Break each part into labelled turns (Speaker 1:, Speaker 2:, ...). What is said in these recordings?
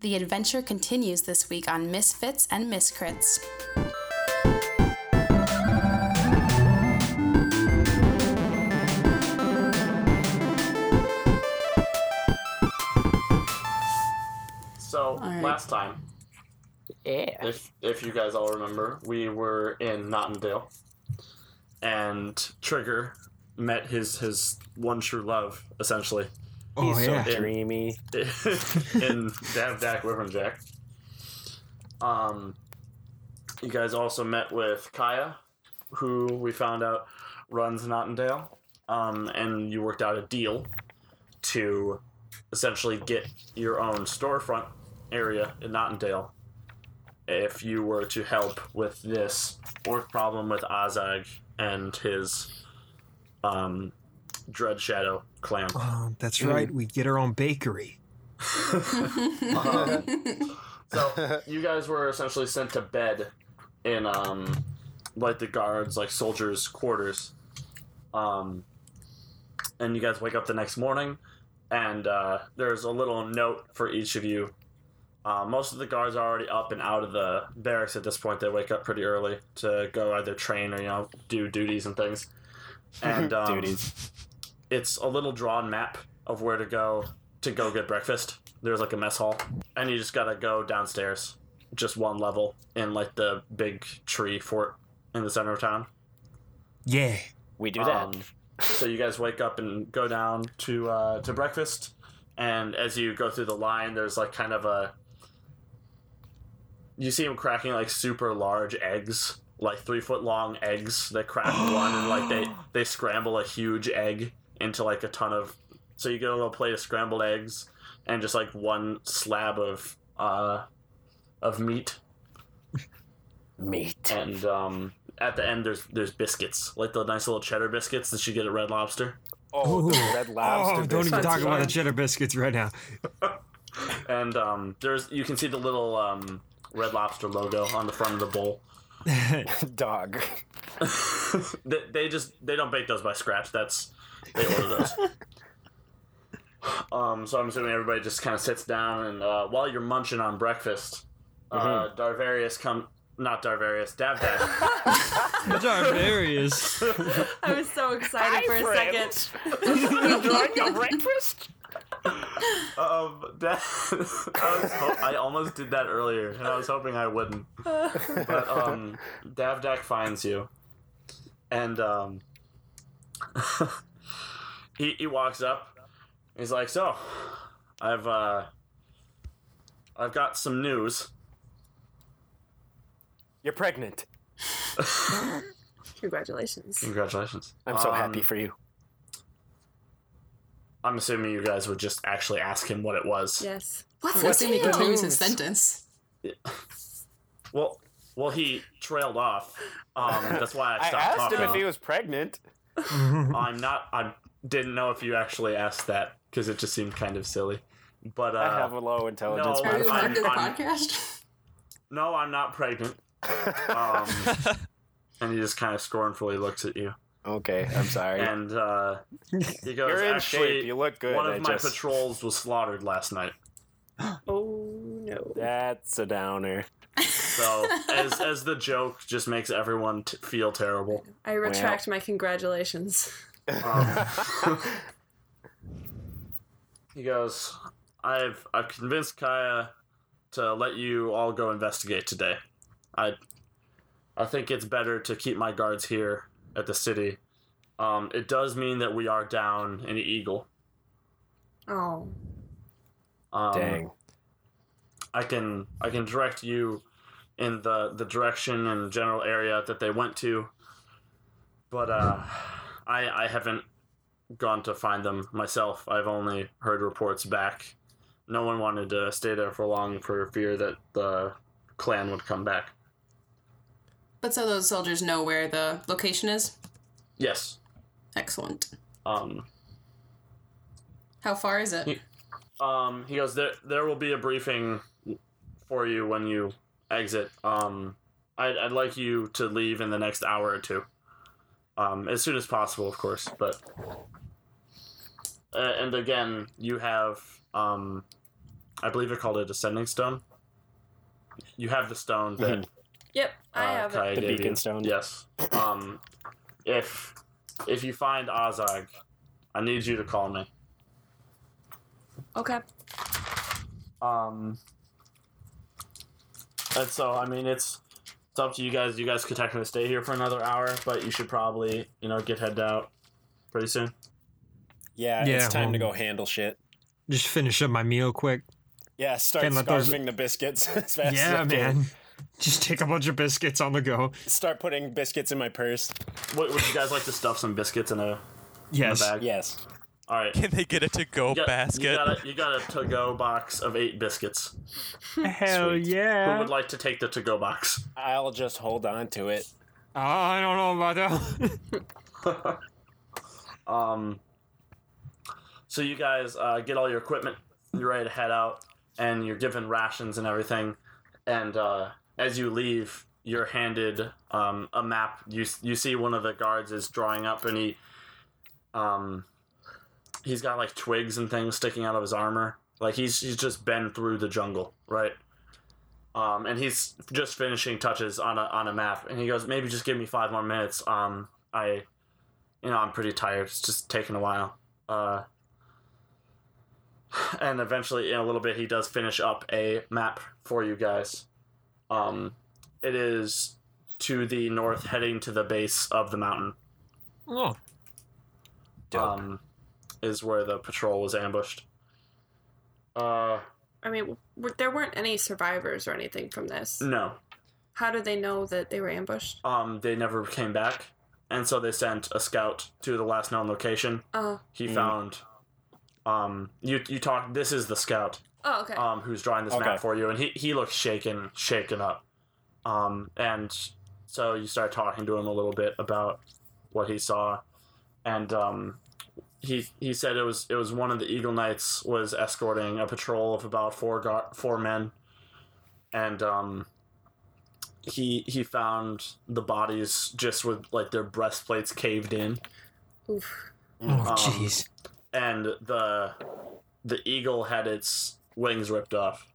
Speaker 1: The adventure continues this week on Misfits and Miscrits.
Speaker 2: So
Speaker 3: right.
Speaker 2: last time,
Speaker 3: Yeah.
Speaker 2: if if you guys all remember, we were in Nottingdale, and Trigger met his his one true love essentially
Speaker 4: Oh
Speaker 5: He's
Speaker 4: yeah.
Speaker 5: so dreamy.
Speaker 2: in Dav Dak Jack. Um, you guys also met with Kaya, who we found out runs Nottingdale, um, and you worked out a deal to essentially get your own storefront area in Nottingdale if you were to help with this orc problem with Azag and his um, Dread Shadow clan.
Speaker 4: Oh, that's right. We get our own bakery.
Speaker 2: So you guys were essentially sent to bed in um like the guards, like soldiers' quarters. Um and you guys wake up the next morning and uh, there's a little note for each of you. Uh, most of the guards are already up and out of the barracks at this point. They wake up pretty early to go either train or you know do duties and things. And um,
Speaker 5: Duties.
Speaker 2: it's a little drawn map of where to go to go get breakfast. There's like a mess hall, and you just gotta go downstairs, just one level in like the big tree fort in the center of town.
Speaker 4: Yeah.
Speaker 5: We do that.
Speaker 2: Um, so you guys wake up and go down to uh, to breakfast, and as you go through the line, there's like kind of a you see them cracking like super large eggs, like three foot long eggs. They crack one and like they they scramble a huge egg into like a ton of. So you get a little plate of scrambled eggs and just like one slab of uh of meat
Speaker 5: Meat.
Speaker 2: and um at the end there's there's biscuits like the nice little cheddar biscuits that you get at red lobster
Speaker 5: Oh, the
Speaker 4: Ooh.
Speaker 5: red lobster.
Speaker 4: oh, don't even
Speaker 5: biscuits.
Speaker 4: talk about the cheddar biscuits right now.
Speaker 2: and um, there's you can see the little um, red lobster logo on the front of the bowl.
Speaker 5: dog.
Speaker 2: they, they just they don't bake those by scratch. That's they order those. um, so I'm assuming everybody just kind of sits down and uh, while you're munching on breakfast, uh, Darvarius come not Darvarius Davdak.
Speaker 4: Darvarius.
Speaker 3: I was so excited for a
Speaker 5: friends.
Speaker 3: second.
Speaker 5: Enjoying your breakfast?
Speaker 2: um, that, I, was ho- I almost did that earlier, and I was hoping I wouldn't. But um, Davdak finds you, and um, he he walks up. He's like, "So, I've uh, I've got some news."
Speaker 5: You're pregnant.
Speaker 3: Congratulations.
Speaker 2: Congratulations!
Speaker 5: I'm so
Speaker 2: Um,
Speaker 5: happy for you.
Speaker 2: I'm assuming you guys would just actually ask him what it was.
Speaker 3: Yes.
Speaker 1: What's
Speaker 5: What's
Speaker 1: Let's see if he
Speaker 5: the
Speaker 1: continues
Speaker 5: news?
Speaker 1: his sentence.
Speaker 2: Well, well, he trailed off. Um, that's why I
Speaker 5: I
Speaker 2: stopped
Speaker 5: asked
Speaker 2: talking.
Speaker 5: him if he was pregnant.
Speaker 2: I'm not. I didn't know if you actually asked that because it just seemed kind of silly. But uh,
Speaker 5: I have a low intelligence.
Speaker 2: no.
Speaker 1: Are we
Speaker 2: I'm-
Speaker 1: under the
Speaker 2: I'm-
Speaker 1: podcast?
Speaker 2: no, I'm not pregnant. Um, and he just kind of scornfully looks at you,
Speaker 5: okay, I'm sorry.
Speaker 2: and uh, he goes,
Speaker 5: You're in
Speaker 2: "Actually,
Speaker 5: shape. You look good.
Speaker 2: one of
Speaker 5: I
Speaker 2: my
Speaker 5: just-
Speaker 2: patrols was slaughtered last night."
Speaker 3: Oh no.
Speaker 5: That's a downer.
Speaker 2: So, as as the joke just makes everyone t- feel terrible.
Speaker 3: I retract my congratulations.
Speaker 2: Um, he goes, "I've I've convinced Kaya to let you all go investigate today. I I think it's better to keep my guards here at the city. Um, it does mean that we are down an eagle.
Speaker 3: Oh.
Speaker 2: Um,
Speaker 5: Dang.
Speaker 2: I can I can direct you in the the direction and general area that they went to. But uh, I I haven't gone to find them myself. I've only heard reports back. No one wanted to stay there for long for fear that the clan would come back.
Speaker 1: But so those soldiers know where the location is?
Speaker 2: Yes.
Speaker 1: Excellent.
Speaker 2: Um,
Speaker 1: How far is it?
Speaker 2: Ye- um, he goes there there will be a briefing for you when you exit um I'd, I'd like you to leave in the next hour or two um as soon as possible of course but uh, and again you have um I believe they called it a sending stone. You have the stone that
Speaker 3: Yep, I
Speaker 2: uh,
Speaker 3: have it.
Speaker 2: Kai
Speaker 5: Mm-hmm. The
Speaker 2: gave
Speaker 5: beacon
Speaker 2: you.
Speaker 5: stone.
Speaker 2: Yes. Um, if if you find Ozag, I need you to call me.
Speaker 3: Okay.
Speaker 2: Um, and so I mean it's it's up to you guys. You guys could technically stay here for another hour, but you should probably you know get head out pretty soon.
Speaker 5: Yeah,
Speaker 4: Yeah,
Speaker 5: it's time to
Speaker 4: well-
Speaker 5: go handle shit.
Speaker 4: Just finish up my meal quick.
Speaker 5: Yeah, start
Speaker 4: Can't
Speaker 5: scarfing
Speaker 4: let those-
Speaker 5: the biscuits as fast as
Speaker 4: yeah,
Speaker 5: I can.
Speaker 4: man. Just take a bunch of biscuits on the go.
Speaker 5: Start putting biscuits in my purse.
Speaker 2: What would you guys like to stuff some biscuits in a, in a
Speaker 4: Yes.
Speaker 2: bag?
Speaker 5: Yes.
Speaker 2: All right.
Speaker 6: Can they get a to-go
Speaker 2: You got-
Speaker 6: basket?
Speaker 2: You got, a, you got a to-go box of eight biscuits.
Speaker 4: Hell
Speaker 2: Who
Speaker 4: yeah.
Speaker 2: would like to take the to-go box?
Speaker 5: I'll just hold on to it.
Speaker 4: Oh, I don't know about that.
Speaker 2: Um, so you guys uh, get all your equipment. You're ready to head out, and you're given rations and everything. And uh, as you leave, you're handed um, a map. You you see one of the guards is drawing up, and he um, he's got like twigs and things sticking out of his armor. Like he's he's just been through the jungle, right? Um, and he's just finishing touches on a on a map, and he goes, "Maybe just give me five more minutes. Um, I you know, I'm pretty tired. It's just taking a while. Uh, and eventually, in a little bit, he does finish up a map for you guys. Um, it is to the north, heading to the base of the mountain.
Speaker 4: oh,
Speaker 5: Dope.
Speaker 2: Um, is where the patrol was ambushed. Uh,
Speaker 3: I mean, w- there weren't any survivors or anything from this.
Speaker 2: no.
Speaker 3: How do they know that they were ambushed?
Speaker 2: Um, they never came back, and so they sent a scout to the last known location.
Speaker 3: Oh,
Speaker 2: He
Speaker 5: Mm.
Speaker 2: found. Um, you you talk. This is the scout.
Speaker 3: oh, okay.
Speaker 2: um, who's drawing this
Speaker 5: Okay.
Speaker 2: map for you, and he, he looks shaken, shaken up. Um, and so you start talking to him a little bit about what he saw, and um, he he said it was it was one of the Eagle Knights was escorting a patrol of about four gar- four men, and um, he he found the bodies just with like their breastplates caved in,
Speaker 3: Oof.
Speaker 5: Mm,
Speaker 4: oh,
Speaker 2: Um,
Speaker 4: jeez.
Speaker 2: and the the eagle had its wings ripped off.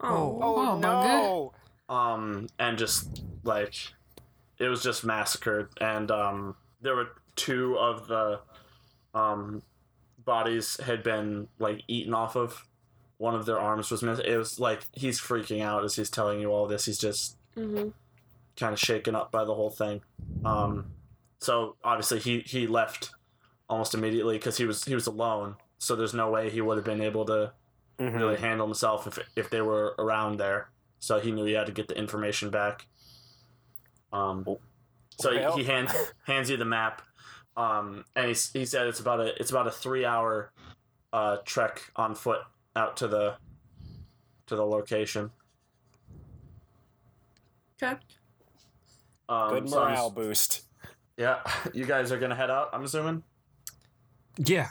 Speaker 3: Oh.
Speaker 1: Oh, my
Speaker 2: um, and just like it was just massacred, and um, there were two of the um, bodies had been like eaten off of. One of their arms was missing. It was like he's freaking out as he's telling you all this. He's just
Speaker 3: Mm-hmm.
Speaker 2: kind of shaken up by the whole thing. Um, so obviously he he left almost immediately because he was he was alone. So there's no way he would have been able to
Speaker 5: Mhm.
Speaker 2: really handle himself if, if they were around there. So he knew he had to get the information back. Um, so
Speaker 5: Well.
Speaker 2: he hands hands you the map, um, and he, s- he said it's about a it's about a three hour uh, trek on foot out to the to the location.
Speaker 3: Okay.
Speaker 2: Um,
Speaker 5: Good
Speaker 2: so I'm s-
Speaker 5: morale boost.
Speaker 2: yeah, you guys are gonna head out. I'm assuming.
Speaker 4: Yeah.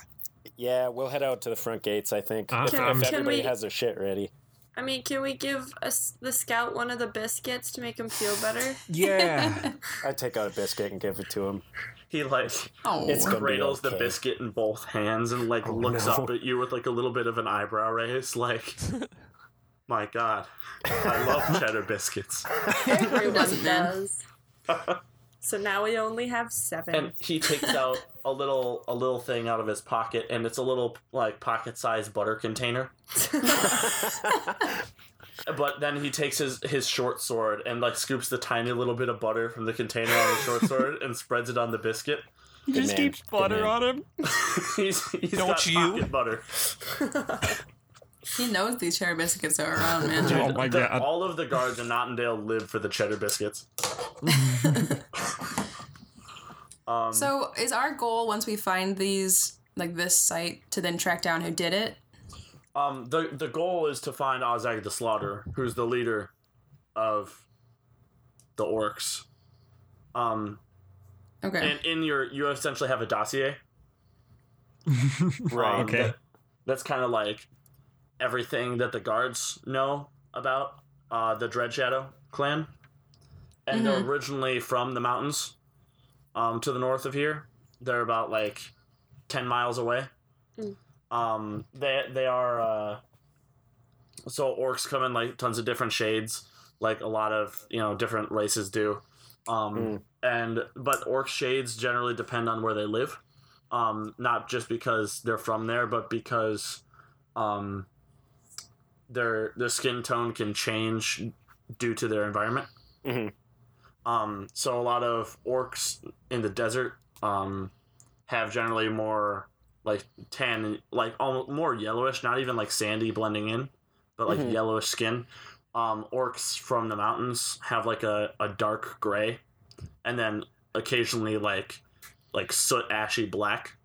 Speaker 5: Yeah, we'll head out to the front gates, I think.
Speaker 2: Uh-huh.
Speaker 4: Uh,
Speaker 5: if if
Speaker 4: um,
Speaker 3: Can
Speaker 5: everybody
Speaker 3: we-
Speaker 5: has their shit ready.
Speaker 3: I mean, can we give us the scout one of the biscuits to make him feel better?
Speaker 4: Yeah.
Speaker 5: I take out a biscuit and give it to him.
Speaker 2: He like
Speaker 1: Oh,
Speaker 5: It's gonna be
Speaker 2: cradles the
Speaker 5: okay.
Speaker 2: biscuit in both hands and like
Speaker 4: Oh,
Speaker 2: looks
Speaker 4: no.
Speaker 2: up at you with like a little bit of an eyebrow raise, like, my God, I love cheddar biscuits.
Speaker 3: Everyone
Speaker 1: Doesn't matter.
Speaker 3: does. So now we only have seven.
Speaker 2: and he takes out a little a little thing out of his pocket and it's a little like pocket sized butter container but then he takes his his short sword and like scoops the tiny little bit of butter from the container on the short sword and spreads it on the biscuit
Speaker 4: He
Speaker 5: Good man, good man.
Speaker 4: him.
Speaker 2: he's, he's
Speaker 6: Don't
Speaker 2: got
Speaker 6: you?
Speaker 2: pocket butter
Speaker 1: he knows these cheddar biscuits are around, man.
Speaker 4: Oh my
Speaker 2: The-
Speaker 4: god.
Speaker 2: all of the guards in Nottendale live for the cheddar biscuits um,
Speaker 1: So, is our goal once we find these, like this site, to then track down who did it?
Speaker 2: Um, the the goal is to find Ozag the Slaughter, who's the leader of the orcs. Um,
Speaker 1: Okay.
Speaker 2: and in your you essentially have a dossier.
Speaker 5: Right.
Speaker 2: um,
Speaker 4: Okay.
Speaker 2: that- that's kind of like everything that the guards know about uh, the Dread Shadow clan, and they're originally from the mountains, um, to the north of here. They're about like ten miles away.
Speaker 3: Mm.
Speaker 2: Um, they they are uh, so orcs come in like tons of different shades, like a lot of you know different races do. Um,
Speaker 5: Mm.
Speaker 2: And but orc shades generally depend on where they live, um, not just because they're from there, but because um, their their skin tone can change due to their environment.
Speaker 5: Mhm.
Speaker 2: Um, so a lot of orcs in the desert um, have generally more like tan, and like almost more yellowish, not even like sandy blending in, but like
Speaker 5: Mhm.
Speaker 2: yellowish skin. Um, orcs from the mountains have like a, a dark gray, and then occasionally like like soot ashy black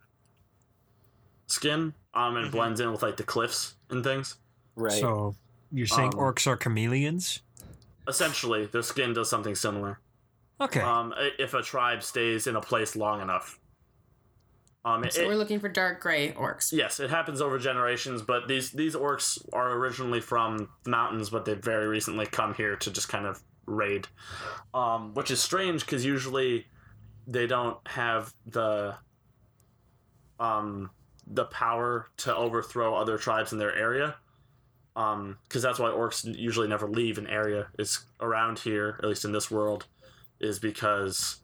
Speaker 2: skin. Um, and
Speaker 5: Mhm.
Speaker 2: blends in with like the cliffs and things.
Speaker 5: Right.
Speaker 4: So you're saying
Speaker 2: Um,
Speaker 4: orcs are chameleons?
Speaker 2: Essentially, their skin does something similar.
Speaker 4: Okay.
Speaker 5: uh,
Speaker 2: um, i- if a tribe stays in a place long enough. Um, it,
Speaker 1: So we're looking for dark gray orcs.
Speaker 2: yes, it happens over generations, but these these orcs are originally from the mountains, but they've very recently come here to just kind of raid, um, which is strange because usually they don't have the um, the power to overthrow other tribes in their area. Because Um, that's why orcs usually never leave an area. Is around here, at least in this world, is because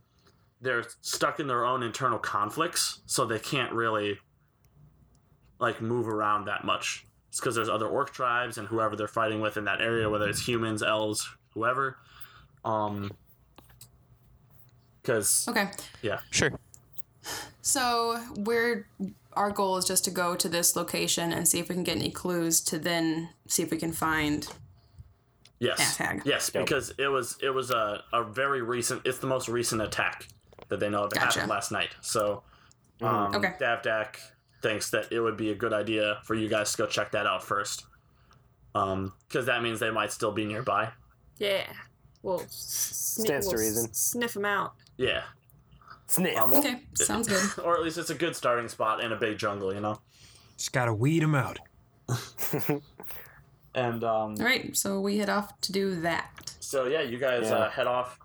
Speaker 2: they're stuck in their own internal conflicts, so they can't really like move around that much. It's because there's other orc tribes and whoever they're fighting with in that area, whether it's humans, elves, whoever. Um, because
Speaker 1: Okay.
Speaker 4: sure.
Speaker 1: So we're our goal is just to go to this location and see if we can get any clues to then see if we can find
Speaker 2: yes,
Speaker 1: Hashtag.
Speaker 2: yes,
Speaker 5: Yep.
Speaker 2: because it was it was a, a very recent. It's the most recent attack that they know of. It
Speaker 1: Gotcha.
Speaker 2: happened last night. So,
Speaker 5: Mhm.
Speaker 2: um,
Speaker 1: Okay.
Speaker 2: Davdak thinks that it would be a good idea for you guys to go check that out first, because that means they might still be nearby.
Speaker 3: Yeah. Well, sniff,
Speaker 5: Stands to reason.
Speaker 3: Sniff them out.
Speaker 2: Yeah,
Speaker 5: Sniff.
Speaker 2: Um,
Speaker 1: Okay, sounds good.
Speaker 2: or at least it's a good starting spot in a big jungle, you know.
Speaker 4: Just gotta weed them out.
Speaker 2: And um,
Speaker 1: All right, so we head off to do that.
Speaker 2: So yeah, you guys
Speaker 5: Yeah.
Speaker 2: Uh, head off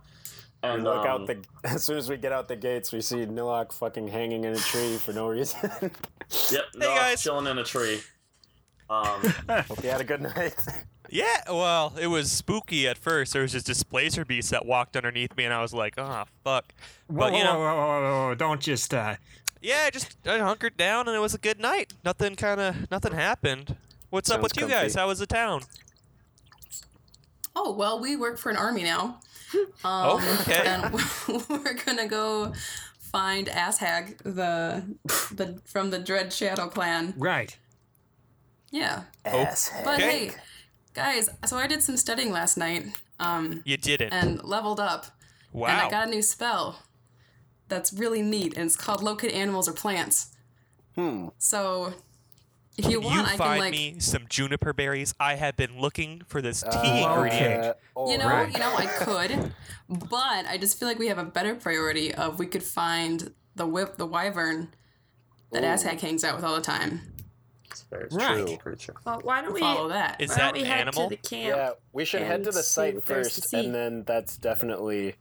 Speaker 5: We
Speaker 2: and
Speaker 5: look
Speaker 2: um,
Speaker 5: out the. As soon as we get out the gates, we see Nilok fucking hanging in a tree for no reason.
Speaker 2: Yep,
Speaker 6: Hey,
Speaker 2: Nalok's
Speaker 6: guys.
Speaker 2: chilling in a tree. Um,
Speaker 5: Hope you had a good night.
Speaker 6: Yeah, well, it was spooky at first. There was this displacer beast that walked underneath me, and I was like, oh, fuck.
Speaker 4: Whoa,
Speaker 6: But, you
Speaker 4: whoa, whoa,
Speaker 6: know-
Speaker 4: whoa, whoa, whoa, don't just. Uh,
Speaker 6: Yeah, I just I hunkered down, and it was a good night. Nothing kind of, nothing happened. What's up
Speaker 5: Sounds
Speaker 6: with you guys?
Speaker 5: comfy.
Speaker 6: How was the town?
Speaker 1: Oh well, we work for an army now. Um,
Speaker 6: Oh, okay.
Speaker 1: And we're gonna go find Asshag, the the from the Dread Shadow Clan.
Speaker 4: right.
Speaker 1: Yeah,
Speaker 5: Ass
Speaker 1: but
Speaker 6: Okay.
Speaker 1: hey, guys. So I did some studying last night. Um,
Speaker 6: You didn't.
Speaker 1: and leveled up, and
Speaker 6: wow.
Speaker 1: I got a new spell. That's really neat, and it's called Locate Animals or Plants.
Speaker 5: Hmm.
Speaker 1: So if you
Speaker 6: you
Speaker 1: want, I can
Speaker 6: find
Speaker 1: like
Speaker 6: me some juniper berries. I have been looking for this tea
Speaker 5: Uh,
Speaker 6: ingredient.
Speaker 5: all
Speaker 1: You know,
Speaker 5: right.
Speaker 1: you know, I could, but I just feel like we have a better priority of we could find the whip, the wyvern that
Speaker 5: Ooh.
Speaker 1: Aztec hangs out with all the time.
Speaker 4: Right.
Speaker 5: true
Speaker 2: creature.
Speaker 3: Well, why don't we?
Speaker 1: Follow that.
Speaker 6: Is
Speaker 3: why
Speaker 6: that
Speaker 3: don't we
Speaker 6: an
Speaker 3: head to
Speaker 6: animal?
Speaker 3: the camp?
Speaker 5: Yeah, we should head
Speaker 3: and
Speaker 5: to the
Speaker 3: see
Speaker 5: site
Speaker 3: what there's to
Speaker 5: first,
Speaker 3: see.
Speaker 5: and then that's definitely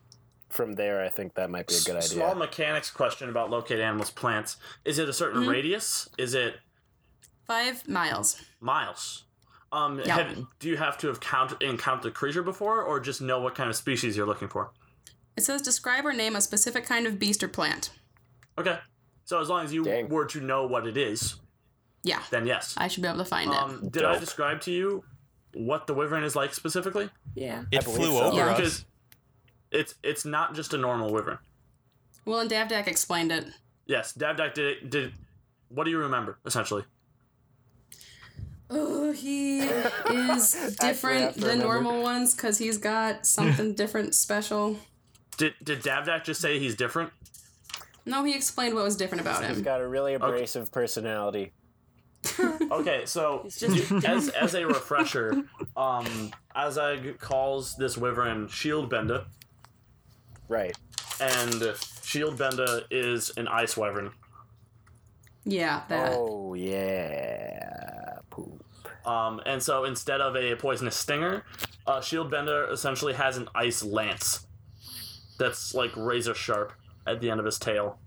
Speaker 5: from there. I think that might be a good idea.
Speaker 2: Small mechanics question about locate animals, plants. Is it a
Speaker 1: Mm-hmm.
Speaker 2: certain radius? Is it
Speaker 1: Five miles.
Speaker 2: miles? Um,
Speaker 1: Yeah.
Speaker 2: have, do you have to have count encountered the creature before, or just know what kind of species you're looking for?
Speaker 1: It says describe or name a specific kind of beast or plant.
Speaker 2: Okay, so as long as you
Speaker 5: Dang.
Speaker 2: were to know what it is,
Speaker 1: Yeah,
Speaker 2: then yes.
Speaker 1: I should be able to find it.
Speaker 2: Um, did I
Speaker 5: Dope.
Speaker 2: describe to you what the wyvern is like specifically?
Speaker 3: Yeah.
Speaker 6: It
Speaker 5: believe
Speaker 6: flew
Speaker 5: so.
Speaker 6: over
Speaker 1: Yeah.
Speaker 6: us.
Speaker 2: Because it's it's not just a normal wyvern.
Speaker 1: Well, and Davdak explained it.
Speaker 2: Yes, Davdak did it. Did what do you remember essentially?
Speaker 1: Oh, he is
Speaker 5: I have
Speaker 1: different
Speaker 5: to
Speaker 1: than
Speaker 5: remember.
Speaker 1: normal ones because he's got something different special.
Speaker 2: Did did Davdak just say he's different?
Speaker 1: No, he explained what was different about
Speaker 5: He's
Speaker 1: him.
Speaker 5: got a really abrasive personality.
Speaker 2: Okay, so
Speaker 3: It's just-
Speaker 2: you- as as a refresher, um, Azag calls this wyvern Shieldbender,
Speaker 5: Right.
Speaker 2: and Shieldbender is an ice wyvern.
Speaker 1: Yeah, that.
Speaker 5: Oh yeah. Poop.
Speaker 2: Um, and so instead of a poisonous stinger, uh, Shieldbender essentially has an ice lance that's like razor sharp at the end of his tail.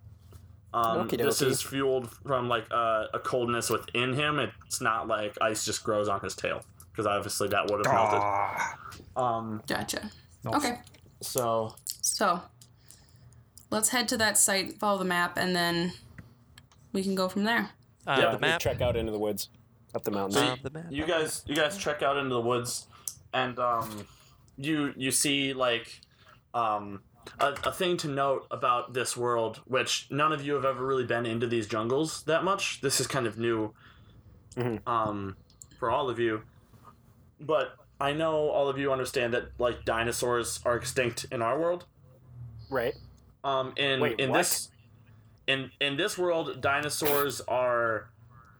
Speaker 2: Um,
Speaker 5: Okie
Speaker 2: this
Speaker 5: dokie.
Speaker 2: is fueled from like uh, a coldness within him. It's not like ice just grows on his tail. because obviously that would have
Speaker 4: Ah.
Speaker 2: melted. Um,
Speaker 1: Gotcha. Okay.
Speaker 2: so
Speaker 1: So let's head to that site, follow the map, and then we can go from there.
Speaker 6: Uh,
Speaker 2: Yeah,
Speaker 6: the
Speaker 2: we
Speaker 5: We
Speaker 6: map.
Speaker 5: Check out into the woods, up the mountains.
Speaker 2: So
Speaker 6: Uh,
Speaker 2: you-
Speaker 6: the map,
Speaker 2: you
Speaker 6: uh,
Speaker 2: guys, you guys trek out into the woods, and um, you you see like um, a, a thing to note about this world, which none of you have ever really been into these jungles that much. This is kind of new,
Speaker 5: Mhm.
Speaker 2: um, for all of you. But I know all of you understand that like dinosaurs are extinct in our world.
Speaker 5: right.
Speaker 2: Um, in
Speaker 5: Wait,
Speaker 2: in
Speaker 5: what?
Speaker 2: this in in this world, dinosaurs are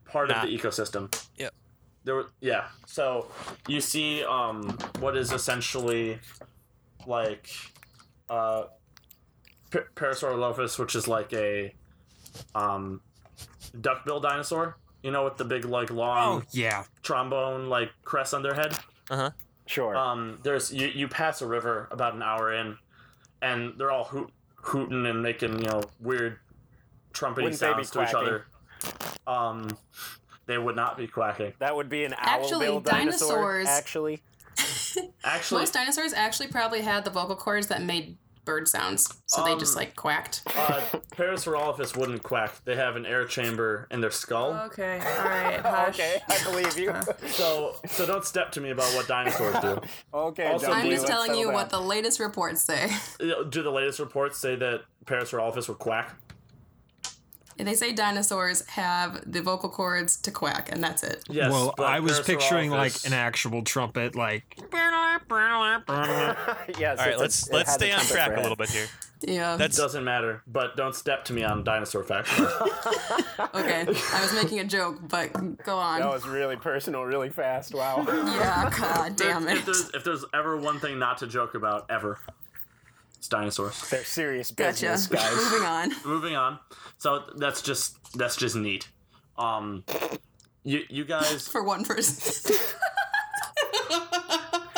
Speaker 2: part
Speaker 6: Nah.
Speaker 2: of the ecosystem.
Speaker 6: Yep.
Speaker 2: There, were- yeah. So you see, um, what is essentially like, uh, P- Parasaurolophus, which is like a, um, duckbill dinosaur. You know, with the big like long
Speaker 4: Oh yeah.
Speaker 2: trombone like crest on their head.
Speaker 5: Sure.
Speaker 2: Um, there's you, you pass a river about an hour in, and they're all hoot, hooting and making you know weird trumpeting
Speaker 5: Wouldn't they be
Speaker 2: sounds to each
Speaker 5: quacking?
Speaker 2: other. Um, they would not be quacking.
Speaker 5: that would be an owl
Speaker 1: Actually,
Speaker 5: dinosaur.
Speaker 1: dinosaurs-
Speaker 5: Actually,
Speaker 2: Actually,
Speaker 1: Most dinosaurs actually probably had the vocal cords that made bird sounds, so they just
Speaker 2: Um,
Speaker 1: like quacked.
Speaker 2: uh, Parasaurolophus wouldn't quack. They have an air chamber in their skull.
Speaker 3: Okay. All right. Hush.
Speaker 5: Oh, okay, I believe you.
Speaker 1: Uh.
Speaker 2: So, so don't step to me about what dinosaurs do.
Speaker 5: okay,
Speaker 2: Also,
Speaker 5: Dundee,
Speaker 1: I'm just
Speaker 5: let's
Speaker 1: telling
Speaker 5: settle
Speaker 1: you
Speaker 5: down.
Speaker 1: what the latest reports say.
Speaker 2: Uh, Do the latest reports say that Parasaurolophus would quack?
Speaker 1: they say dinosaurs have the vocal cords to quack, and that's it.
Speaker 2: Yes.
Speaker 4: well,
Speaker 2: but
Speaker 4: I was picturing like
Speaker 2: Parasaurolophus-
Speaker 4: an actual trumpet, like Oh,
Speaker 5: yes.
Speaker 6: All right, let's let's stay on track a little bit here.
Speaker 1: Yeah.
Speaker 6: That's
Speaker 2: Doesn't matter, but don't step to me on dinosaur facts.
Speaker 1: okay. I was making a joke, but go on.
Speaker 5: That was really personal, really fast. Wow.
Speaker 1: yeah. God damn
Speaker 2: if,
Speaker 1: it.
Speaker 2: if there's if there's ever one thing not to joke about ever, it's dinosaurs.
Speaker 5: They're serious
Speaker 1: Gotcha.
Speaker 5: business, guys.
Speaker 1: Moving on.
Speaker 2: Moving on. So that's just that's just neat. Um, you you guys.
Speaker 1: For one person.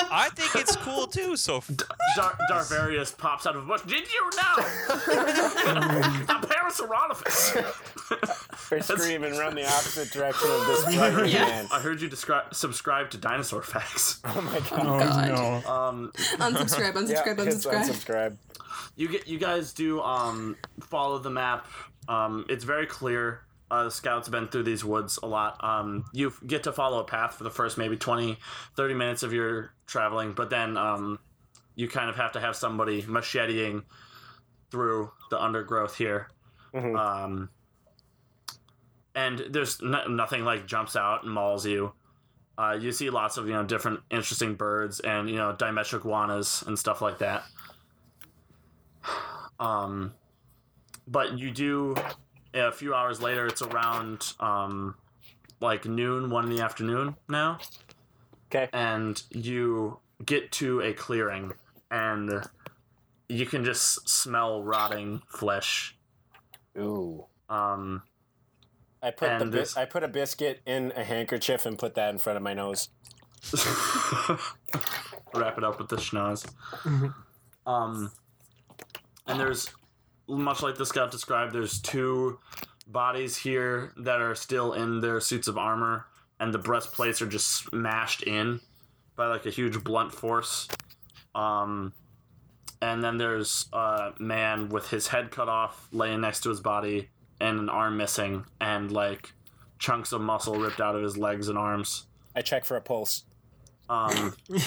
Speaker 6: I think it's cool too. So f-
Speaker 2: Dar- Darvarius pops out of a bush. Did you know? a Parasaurolophus.
Speaker 5: They scream and run the opposite direction of this right man.
Speaker 2: I heard you describe subscribe to dinosaur facts.
Speaker 4: oh
Speaker 1: God.
Speaker 4: no.
Speaker 2: Um,
Speaker 1: unsubscribe,
Speaker 5: Yeah,
Speaker 1: unsubscribe,
Speaker 5: hits
Speaker 1: unsubscribe.
Speaker 5: unsubscribe.
Speaker 2: you get you guys do um follow the map um it's very clear uh, the scouts have been through these woods a lot um you f- get to follow a path for the first maybe 20 30 minutes of your traveling but then um you kind of have to have somebody macheting through the undergrowth here
Speaker 5: Mhm.
Speaker 2: um and there's no- nothing like jumps out and mauls you uh, you see lots of you know different interesting birds and you know dimetric guanas and stuff like that um, but you do a few hours later. It's around um, like noon, one in the afternoon now,
Speaker 5: Okay.
Speaker 2: and you get to a clearing, and you can just smell rotting flesh.
Speaker 5: Ooh.
Speaker 2: Um,
Speaker 5: I put the
Speaker 2: And
Speaker 5: bis-
Speaker 2: this-
Speaker 5: I put a biscuit in a handkerchief and put that in front of my nose.
Speaker 2: wrap it up with the schnoz. Um, and there's, much like the scout described, there's two bodies here that are still in their suits of armor, and the breastplates are just smashed in by like a huge blunt force. Um, and then there's a man with his head cut off, laying next to his body, and an arm missing, and like chunks of muscle ripped out of his legs and arms.
Speaker 5: I check for a pulse.
Speaker 2: Um, you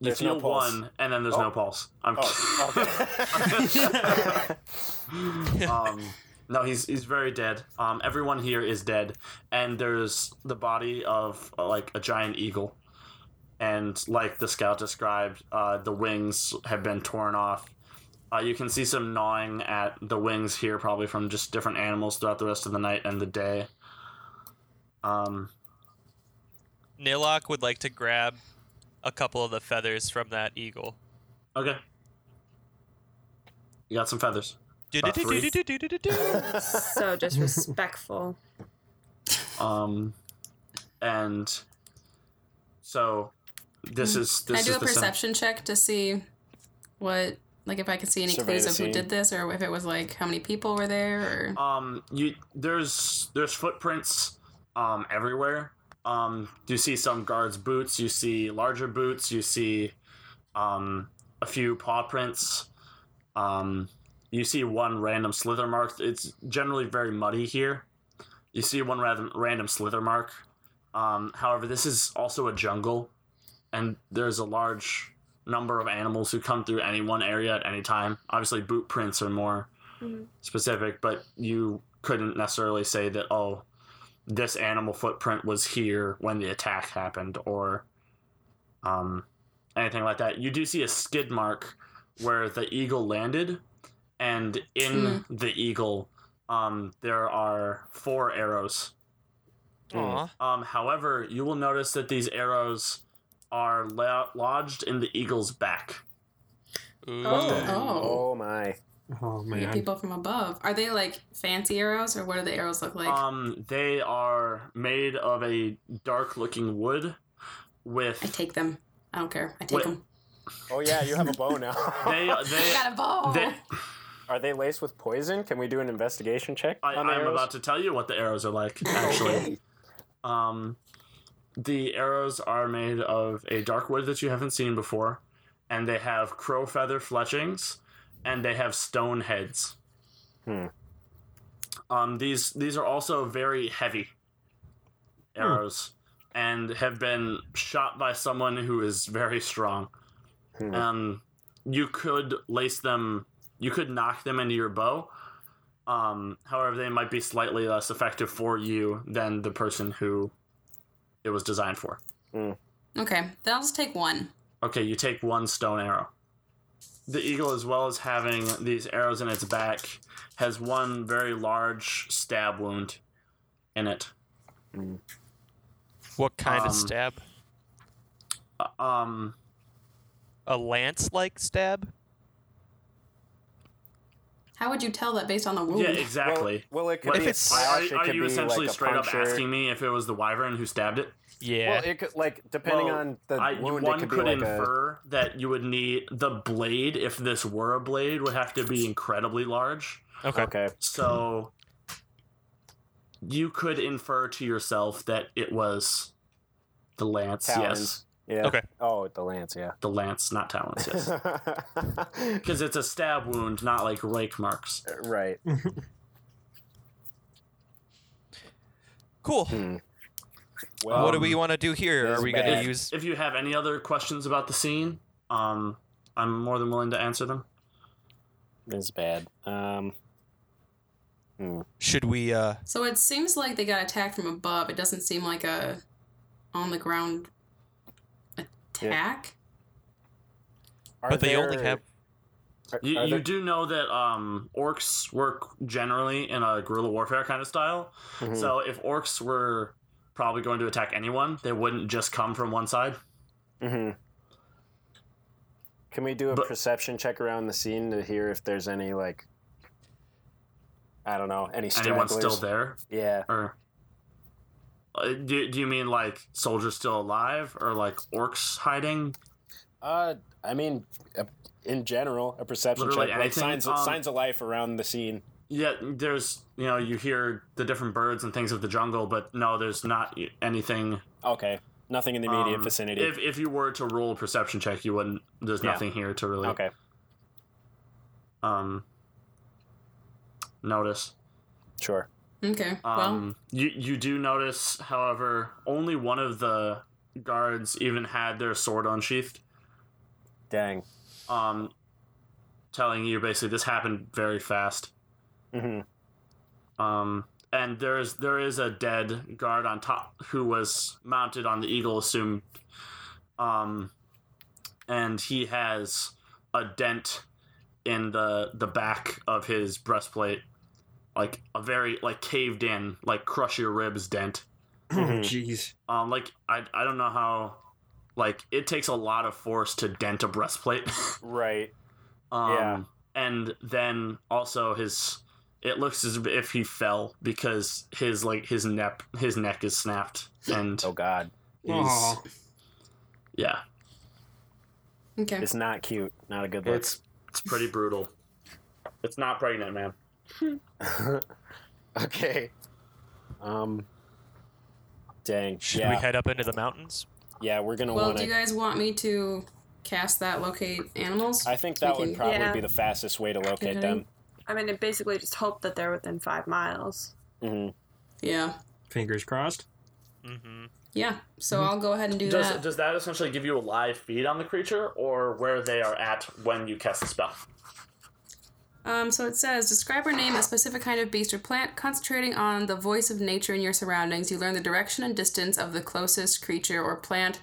Speaker 5: There's no
Speaker 2: feel
Speaker 5: pulse.
Speaker 2: one, and then there's no pulse. I'm
Speaker 5: Oh, okay.
Speaker 2: kidding. um, no, he's he's very dead. Um, everyone here is dead, and there's the body of uh, like a giant eagle, and like the scout described, uh, the wings have been torn off. Uh, you can see some gnawing at the wings here, probably from just different animals throughout the rest of the night and the day. Um,
Speaker 6: Nilok would like to grab a couple of the feathers from that eagle.
Speaker 2: okay. You got some feathers. About three.
Speaker 6: Du-du-du-du-du-du-du-du.
Speaker 3: So disrespectful.
Speaker 2: Um, and so this is
Speaker 1: Can
Speaker 2: this
Speaker 1: Hmm. I do
Speaker 2: is
Speaker 1: a
Speaker 2: the sen-
Speaker 1: perception check to see what, like, if I could see any
Speaker 5: Survey
Speaker 1: clues
Speaker 5: the
Speaker 1: of who
Speaker 5: scene.
Speaker 1: did this, or if it was like how many people
Speaker 2: Oh,
Speaker 1: were there, or
Speaker 2: Um, you there's there's footprints um everywhere. Um, you see some guards' boots. You see larger boots. You see um, a few paw prints. Um, you see one random slither mark. It's generally very muddy here. You see one random random slither mark. Um, however, this is also a jungle, and there's a large number of animals who come through any one area at any time. Obviously, boot prints are more
Speaker 3: Mhm.
Speaker 2: specific, but you couldn't necessarily say that oh, this animal footprint was here when the attack happened, or um, anything like that. You do see a skid mark where the eagle landed, and in the eagle, um, there are four arrows.
Speaker 6: Aw.
Speaker 2: Um, however, you will notice that these arrows are lo- lodged in the eagle's back. Mm.
Speaker 6: Ooh.
Speaker 3: Oh.
Speaker 1: Oh.
Speaker 5: Oh my.
Speaker 4: Oh
Speaker 1: You get
Speaker 4: man.
Speaker 1: people from above. Are they like fancy arrows or what do the arrows look like?
Speaker 2: Um, they are made of a dark-looking wood
Speaker 1: I
Speaker 2: with
Speaker 1: take them. I don't care. I take
Speaker 2: Wait.
Speaker 1: them.
Speaker 5: Oh yeah, you have a bow now.
Speaker 2: they
Speaker 1: I
Speaker 2: they.
Speaker 1: got a bow.
Speaker 2: they
Speaker 5: Are they laced with poison? Can we do an investigation check?
Speaker 2: I,
Speaker 5: on the
Speaker 2: I'm
Speaker 5: arrows?
Speaker 2: about to tell you what the arrows are like. Actually, um, the arrows are made of a dark wood that you haven't seen before, and they have crow feather fletchings, and they have stone heads.
Speaker 5: Hmm.
Speaker 2: Um, these these are also very heavy
Speaker 5: Hmm.
Speaker 2: arrows, and have been shot by someone who is very strong.
Speaker 5: Hmm.
Speaker 2: Um, you could lace them. You could knock them into your bow. Um, however, they might be slightly less effective for you than the person who it was designed for.
Speaker 1: Okay, then I'll just take one.
Speaker 2: Okay, you take one stone arrow. The eagle, as well as having these arrows in its back, has one very large stab wound in it.
Speaker 6: What kind
Speaker 2: Um,
Speaker 6: of stab?
Speaker 2: Uh, Um,
Speaker 6: A lance-like stab?
Speaker 1: How would you tell that based on the wound?
Speaker 2: yeah, exactly.
Speaker 5: Well, well it could
Speaker 2: Like,
Speaker 5: be a
Speaker 6: it's-
Speaker 2: Are,
Speaker 5: slash. It
Speaker 2: are
Speaker 5: could
Speaker 2: you
Speaker 5: be
Speaker 2: essentially
Speaker 5: like a
Speaker 2: straight up
Speaker 5: puncture.
Speaker 2: asking me if it was the wyvern who stabbed it?
Speaker 6: Yeah.
Speaker 5: Well, it could like depending
Speaker 2: Well,
Speaker 5: on the
Speaker 2: I,
Speaker 5: wound.
Speaker 2: one
Speaker 5: it could,
Speaker 2: could
Speaker 5: be like a.
Speaker 2: infer that you would need the blade, if this were a blade, would have to be incredibly large.
Speaker 6: okay.
Speaker 5: Okay.
Speaker 2: So you could infer to yourself that it was the lance. Yes,
Speaker 5: Talons. Yeah.
Speaker 6: Okay.
Speaker 5: Oh, the lance. Yeah.
Speaker 2: the lance, not talons. Yes, because it's a stab wound, not like rake marks.
Speaker 5: right.
Speaker 6: Cool.
Speaker 5: Hmm.
Speaker 6: what do
Speaker 2: Um,
Speaker 6: we want to do here?
Speaker 5: this
Speaker 6: Are
Speaker 5: is
Speaker 6: we going to
Speaker 5: bad.
Speaker 6: use?
Speaker 2: If you have any other questions about the scene, um, I'm more than willing to answer them.
Speaker 5: This is bad. Um.
Speaker 6: Should we? uh
Speaker 1: So it seems like they got attacked from above. It doesn't seem like a on the ground attack.
Speaker 5: Are
Speaker 6: But they only
Speaker 5: there-
Speaker 6: have.
Speaker 5: Are,
Speaker 2: You,
Speaker 5: are
Speaker 2: you
Speaker 5: there-
Speaker 2: do know that um, orcs work generally in a guerrilla warfare kind of style.
Speaker 5: Mhm.
Speaker 2: So if orcs were probably going to attack anyone, they wouldn't just come from one side.
Speaker 5: hmm Can we do a
Speaker 2: But-
Speaker 5: perception check around the scene to hear if there's any like, I don't know, any stragglers?
Speaker 2: Anyone's still there?
Speaker 5: Yeah,
Speaker 2: or Uh, do, do you mean like soldiers still alive or like orcs hiding
Speaker 5: uh, I mean, uh, in general, a perception
Speaker 2: Literally
Speaker 5: check, like
Speaker 2: anything,
Speaker 5: signs,
Speaker 2: um,
Speaker 5: signs of life around the scene.
Speaker 2: yeah there's you know you hear the different birds and things of the jungle but no there's not anything
Speaker 5: Okay, nothing in the immediate
Speaker 2: um,
Speaker 5: vicinity.
Speaker 2: if, if you were to roll a perception check you wouldn't there's
Speaker 5: Yeah.
Speaker 2: nothing here to really
Speaker 5: okay,
Speaker 2: um notice
Speaker 5: sure.
Speaker 1: Okay. well,
Speaker 2: Um, you you do notice, however, only one of the guards even had their sword unsheathed.
Speaker 5: Dang.
Speaker 2: Um, telling you basically this happened very fast.
Speaker 5: hmm
Speaker 2: Um, and there is there is a dead guard on top who was mounted on the eagle, assumed. Um, and he has a dent in the the back of his breastplate, like a very like caved in, like crush your ribs dent.
Speaker 4: Oh
Speaker 5: Mm-hmm.
Speaker 4: jeez.
Speaker 2: Um, like I I don't know how, like it takes a lot of force to dent a breastplate.
Speaker 5: Right.
Speaker 2: Um,
Speaker 5: Yeah.
Speaker 2: And then also his, it looks as if he fell because his like his neck his neck is snapped and
Speaker 5: Oh God,
Speaker 2: he's
Speaker 4: Aw.
Speaker 2: yeah
Speaker 1: okay.
Speaker 5: it's not cute. Not a good look.
Speaker 2: it's it's pretty brutal. It's not pregnant, man.
Speaker 5: okay. Um. Dang.
Speaker 6: Should
Speaker 5: yeah.
Speaker 6: we head up into the mountains?
Speaker 5: yeah, we're gonna
Speaker 1: Well,
Speaker 5: want
Speaker 1: do
Speaker 5: to.
Speaker 1: you guys want me to cast that locate animals?
Speaker 5: I think that would
Speaker 1: can-
Speaker 5: probably
Speaker 3: Yeah.
Speaker 5: be the fastest way to locate
Speaker 1: Okay.
Speaker 5: them.
Speaker 3: I mean, it basically just hope that they're within five miles.
Speaker 5: hmm
Speaker 1: yeah.
Speaker 4: Fingers crossed.
Speaker 6: Mm-hmm.
Speaker 1: Yeah. So I'll go ahead and do
Speaker 2: Does,
Speaker 1: that.
Speaker 2: does that essentially give you a live feed on the creature or where they are at when you cast the spell?
Speaker 1: Um, so it says describe or name a specific kind of beast or plant, concentrating on the voice of nature in your surroundings. You learn the direction and distance of the closest creature or plant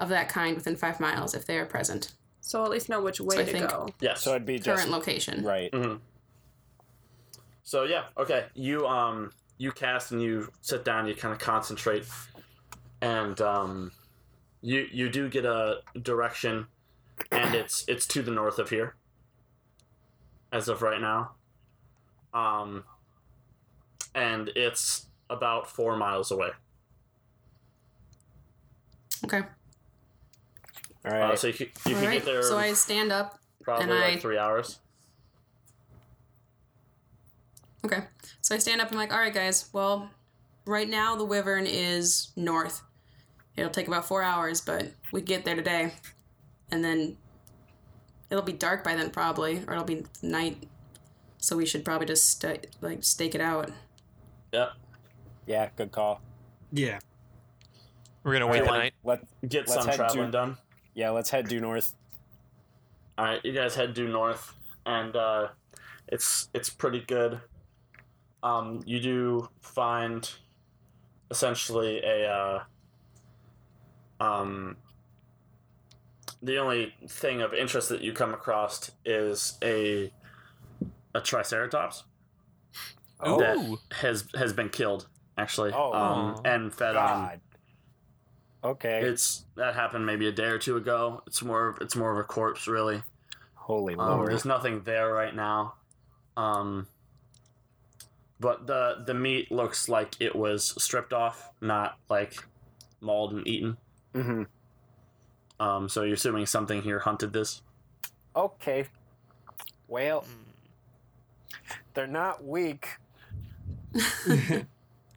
Speaker 1: of that kind within five miles if they are present.
Speaker 3: So at least know which way
Speaker 1: I
Speaker 3: to
Speaker 1: think-
Speaker 3: go.
Speaker 2: Yes.
Speaker 5: So it'd be
Speaker 1: Current
Speaker 5: just
Speaker 1: location.
Speaker 6: Mm,
Speaker 5: right.
Speaker 2: So yeah, okay. You um you cast and you sit down, you kind of concentrate, and um you you do get a direction, and it's it's to the north of here. As of right now, um, and it's about four miles away.
Speaker 1: Okay.
Speaker 5: All
Speaker 2: Uh,
Speaker 5: right.
Speaker 2: so you, c- you
Speaker 1: All
Speaker 2: can
Speaker 1: right.
Speaker 2: get there
Speaker 1: So I stand up.
Speaker 2: probably
Speaker 1: and
Speaker 2: like
Speaker 1: I-
Speaker 2: three hours.
Speaker 1: Okay. So I stand up. I'm like, all right, guys. Well, right now the wyvern is north. It'll take about four hours, but we get there today, and then it'll be dark by then probably, or it'll be night. So we should probably just sta like stake it out.
Speaker 2: Yep.
Speaker 5: yeah. Good call.
Speaker 4: Yeah.
Speaker 6: We're gonna wait
Speaker 2: Alright,
Speaker 6: the
Speaker 2: like-
Speaker 6: night.
Speaker 5: Let
Speaker 2: Get
Speaker 5: Let's
Speaker 2: some
Speaker 5: head
Speaker 2: traveling
Speaker 5: due-
Speaker 2: done.
Speaker 5: yeah. Let's head due north.
Speaker 2: All right, you guys head due north, and uh, it's it's pretty good. Um, you do find essentially a uh, um, the only thing of interest that you come across is a a triceratops that
Speaker 6: Ooh.
Speaker 2: has has been killed actually
Speaker 5: Oh.
Speaker 2: um, and fed on.
Speaker 5: God. Okay.
Speaker 2: It's that happened maybe a day or two ago. It's more of- it's more of a corpse really.
Speaker 5: Holy
Speaker 2: Um,
Speaker 5: lord.
Speaker 2: there's nothing there right now. Um, but the the meat looks like it was stripped off, not like mauled and eaten.
Speaker 5: hmm
Speaker 2: Um, so you're assuming something here hunted this.
Speaker 5: Okay. Well,
Speaker 6: Mm.
Speaker 5: they're not weak.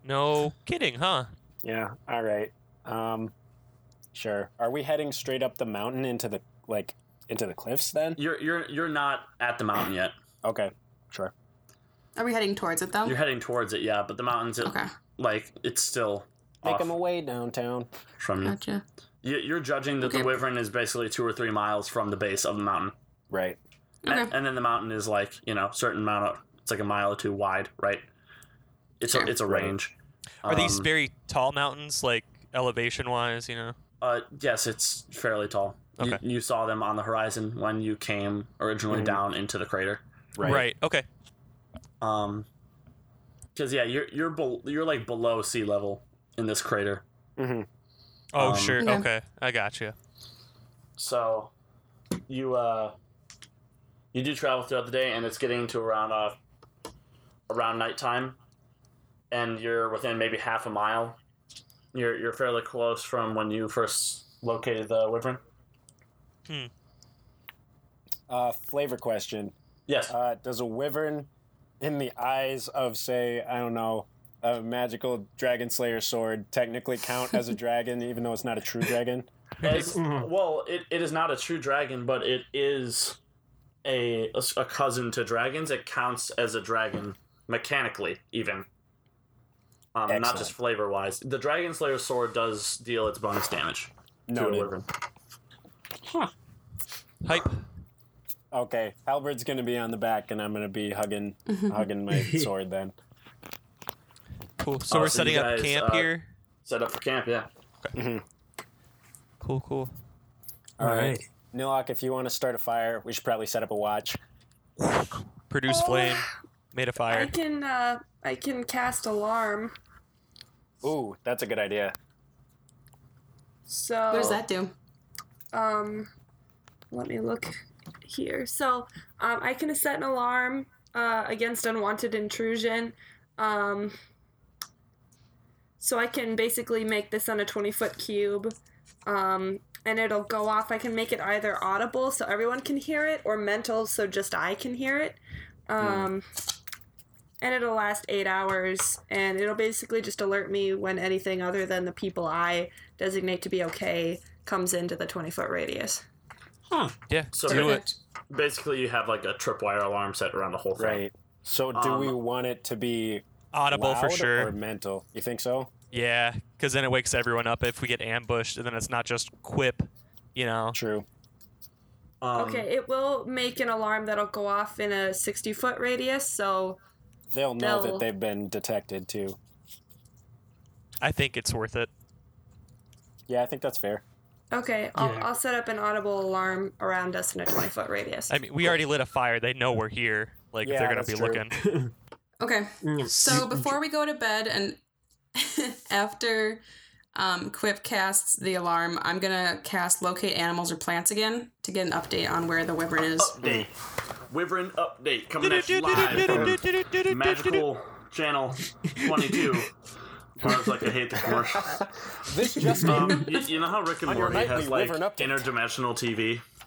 Speaker 6: No kidding, huh?
Speaker 5: Yeah. All right. Um, sure. Are we heading straight up the mountain into the like into the cliffs then?
Speaker 2: You're you're you're not at the mountain yet.
Speaker 5: Okay. Sure.
Speaker 1: Are we heading towards it though?
Speaker 2: You're heading towards it, yeah. But the mountains, it-
Speaker 1: Oh. okay.
Speaker 2: like it's still
Speaker 5: Make
Speaker 2: off
Speaker 5: them away downtown.
Speaker 2: from you.
Speaker 1: Gotcha.
Speaker 2: you. You're judging that
Speaker 1: Okay.
Speaker 2: the wyvern is basically two or three miles from the base of the mountain,
Speaker 5: Right.
Speaker 2: A-
Speaker 1: Okay.
Speaker 2: and, then the mountain is like you know certain amount of it's like a mile or two wide, right? It's
Speaker 1: Sure.
Speaker 2: a, it's a
Speaker 5: Right.
Speaker 2: range.
Speaker 6: Are these
Speaker 2: Um,
Speaker 6: very tall mountains, like elevation wise? You know.
Speaker 2: Uh, yes, it's fairly tall. You,
Speaker 6: Okay. Mm-hmm.
Speaker 2: you saw them on the horizon when you came originally
Speaker 5: Mhm.
Speaker 2: down into the crater.
Speaker 5: Right.
Speaker 6: Okay.
Speaker 2: Um, because yeah, you're you're bel you're like below sea level in this crater.
Speaker 6: Oh
Speaker 2: Um,
Speaker 6: sure.
Speaker 1: Yeah.
Speaker 6: Okay. I got you.
Speaker 2: So, you uh, you do travel throughout the day, and it's getting to around uh, around nighttime, and you're within maybe half a mile. You're you're fairly close from when you first located the wyvern.
Speaker 5: Uh, flavor question.
Speaker 2: Yes.
Speaker 5: Uh, does a wyvern, in the eyes of say I don't know, a magical dragon slayer sword, technically count as a dragon even though it's not a true dragon?
Speaker 2: As-
Speaker 5: mm-hmm.
Speaker 4: Mhm.
Speaker 2: well, it, it is not a true dragon, but it is a, a, s- a cousin to dragons. It counts as a dragon mechanically, even. Um, not
Speaker 5: Excellent.
Speaker 2: just flavor wise. The Dragon Slayer sword does deal its bonus damage to a
Speaker 5: Noted.
Speaker 2: wyvern.
Speaker 6: Hype.
Speaker 5: Okay, Halbert's gonna be on the back, and I'm gonna be hugging hugging my sword then.
Speaker 6: Cool. So
Speaker 2: Oh,
Speaker 6: we're
Speaker 2: so
Speaker 6: setting
Speaker 2: you
Speaker 6: up
Speaker 2: guys,
Speaker 6: camp
Speaker 2: uh,
Speaker 6: here.
Speaker 2: Set up for camp, yeah.
Speaker 6: Cool. Cool.
Speaker 5: All right, Nilok, if you want to start a fire, we should probably set up a watch.
Speaker 6: Produce
Speaker 3: Oh.
Speaker 6: flame. Made
Speaker 3: I
Speaker 6: a fire.
Speaker 3: can uh, I can cast alarm.
Speaker 5: Ooh, that's a good idea.
Speaker 3: So
Speaker 1: What does that do?
Speaker 3: um let me look here so um, i can set an alarm uh, against unwanted intrusion um, so i can basically make this on a 20 foot cube um, and it'll go off i can make it either audible so everyone can hear it or mental so just i can hear it um, and it'll last eight hours, and it'll basically just alert me when anything other than the people I designate to be okay comes into the 20 foot radius.
Speaker 4: Huh.
Speaker 6: Yeah,
Speaker 2: So
Speaker 6: do
Speaker 2: ba-
Speaker 6: it.
Speaker 1: Perfect.
Speaker 2: basically, you have like a tripwire alarm set around the whole thing.
Speaker 5: Right. So do
Speaker 2: Um,
Speaker 5: we want it to be
Speaker 6: Audible for
Speaker 5: loud
Speaker 6: sure.
Speaker 5: or mental? You think so?
Speaker 6: Yeah, because then it wakes everyone up if we get ambushed, and then it's not just quip, you know.
Speaker 5: True.
Speaker 2: Um,
Speaker 3: okay, it will make an alarm that'll go off in a 60 foot radius, so
Speaker 5: They'll know
Speaker 3: They'll-
Speaker 5: that they've been detected too.
Speaker 6: I think it's worth it.
Speaker 5: Yeah, I think that's fair.
Speaker 3: okay, I'll,
Speaker 4: Yeah.
Speaker 3: I'll set up an audible alarm around us in a 20 foot radius.
Speaker 6: I mean, we already lit a fire; they know we're here. Like
Speaker 5: Yeah,
Speaker 6: they're gonna
Speaker 5: that's true.
Speaker 6: be looking.
Speaker 1: Okay.
Speaker 4: Mm.
Speaker 1: So before we go to bed and after um, Quip casts the alarm, I'm gonna cast locate animals or plants again to get an update on where the wyvern is.
Speaker 2: Update. Wyvern update coming at you live from magical channel 22. I was like, I hate the commercial.
Speaker 5: This just
Speaker 2: Um, you, you know how Rick and
Speaker 5: On your
Speaker 2: Morty has
Speaker 5: nightly
Speaker 2: like
Speaker 5: Wyvern update.
Speaker 2: interdimensional TV?
Speaker 5: Hmm,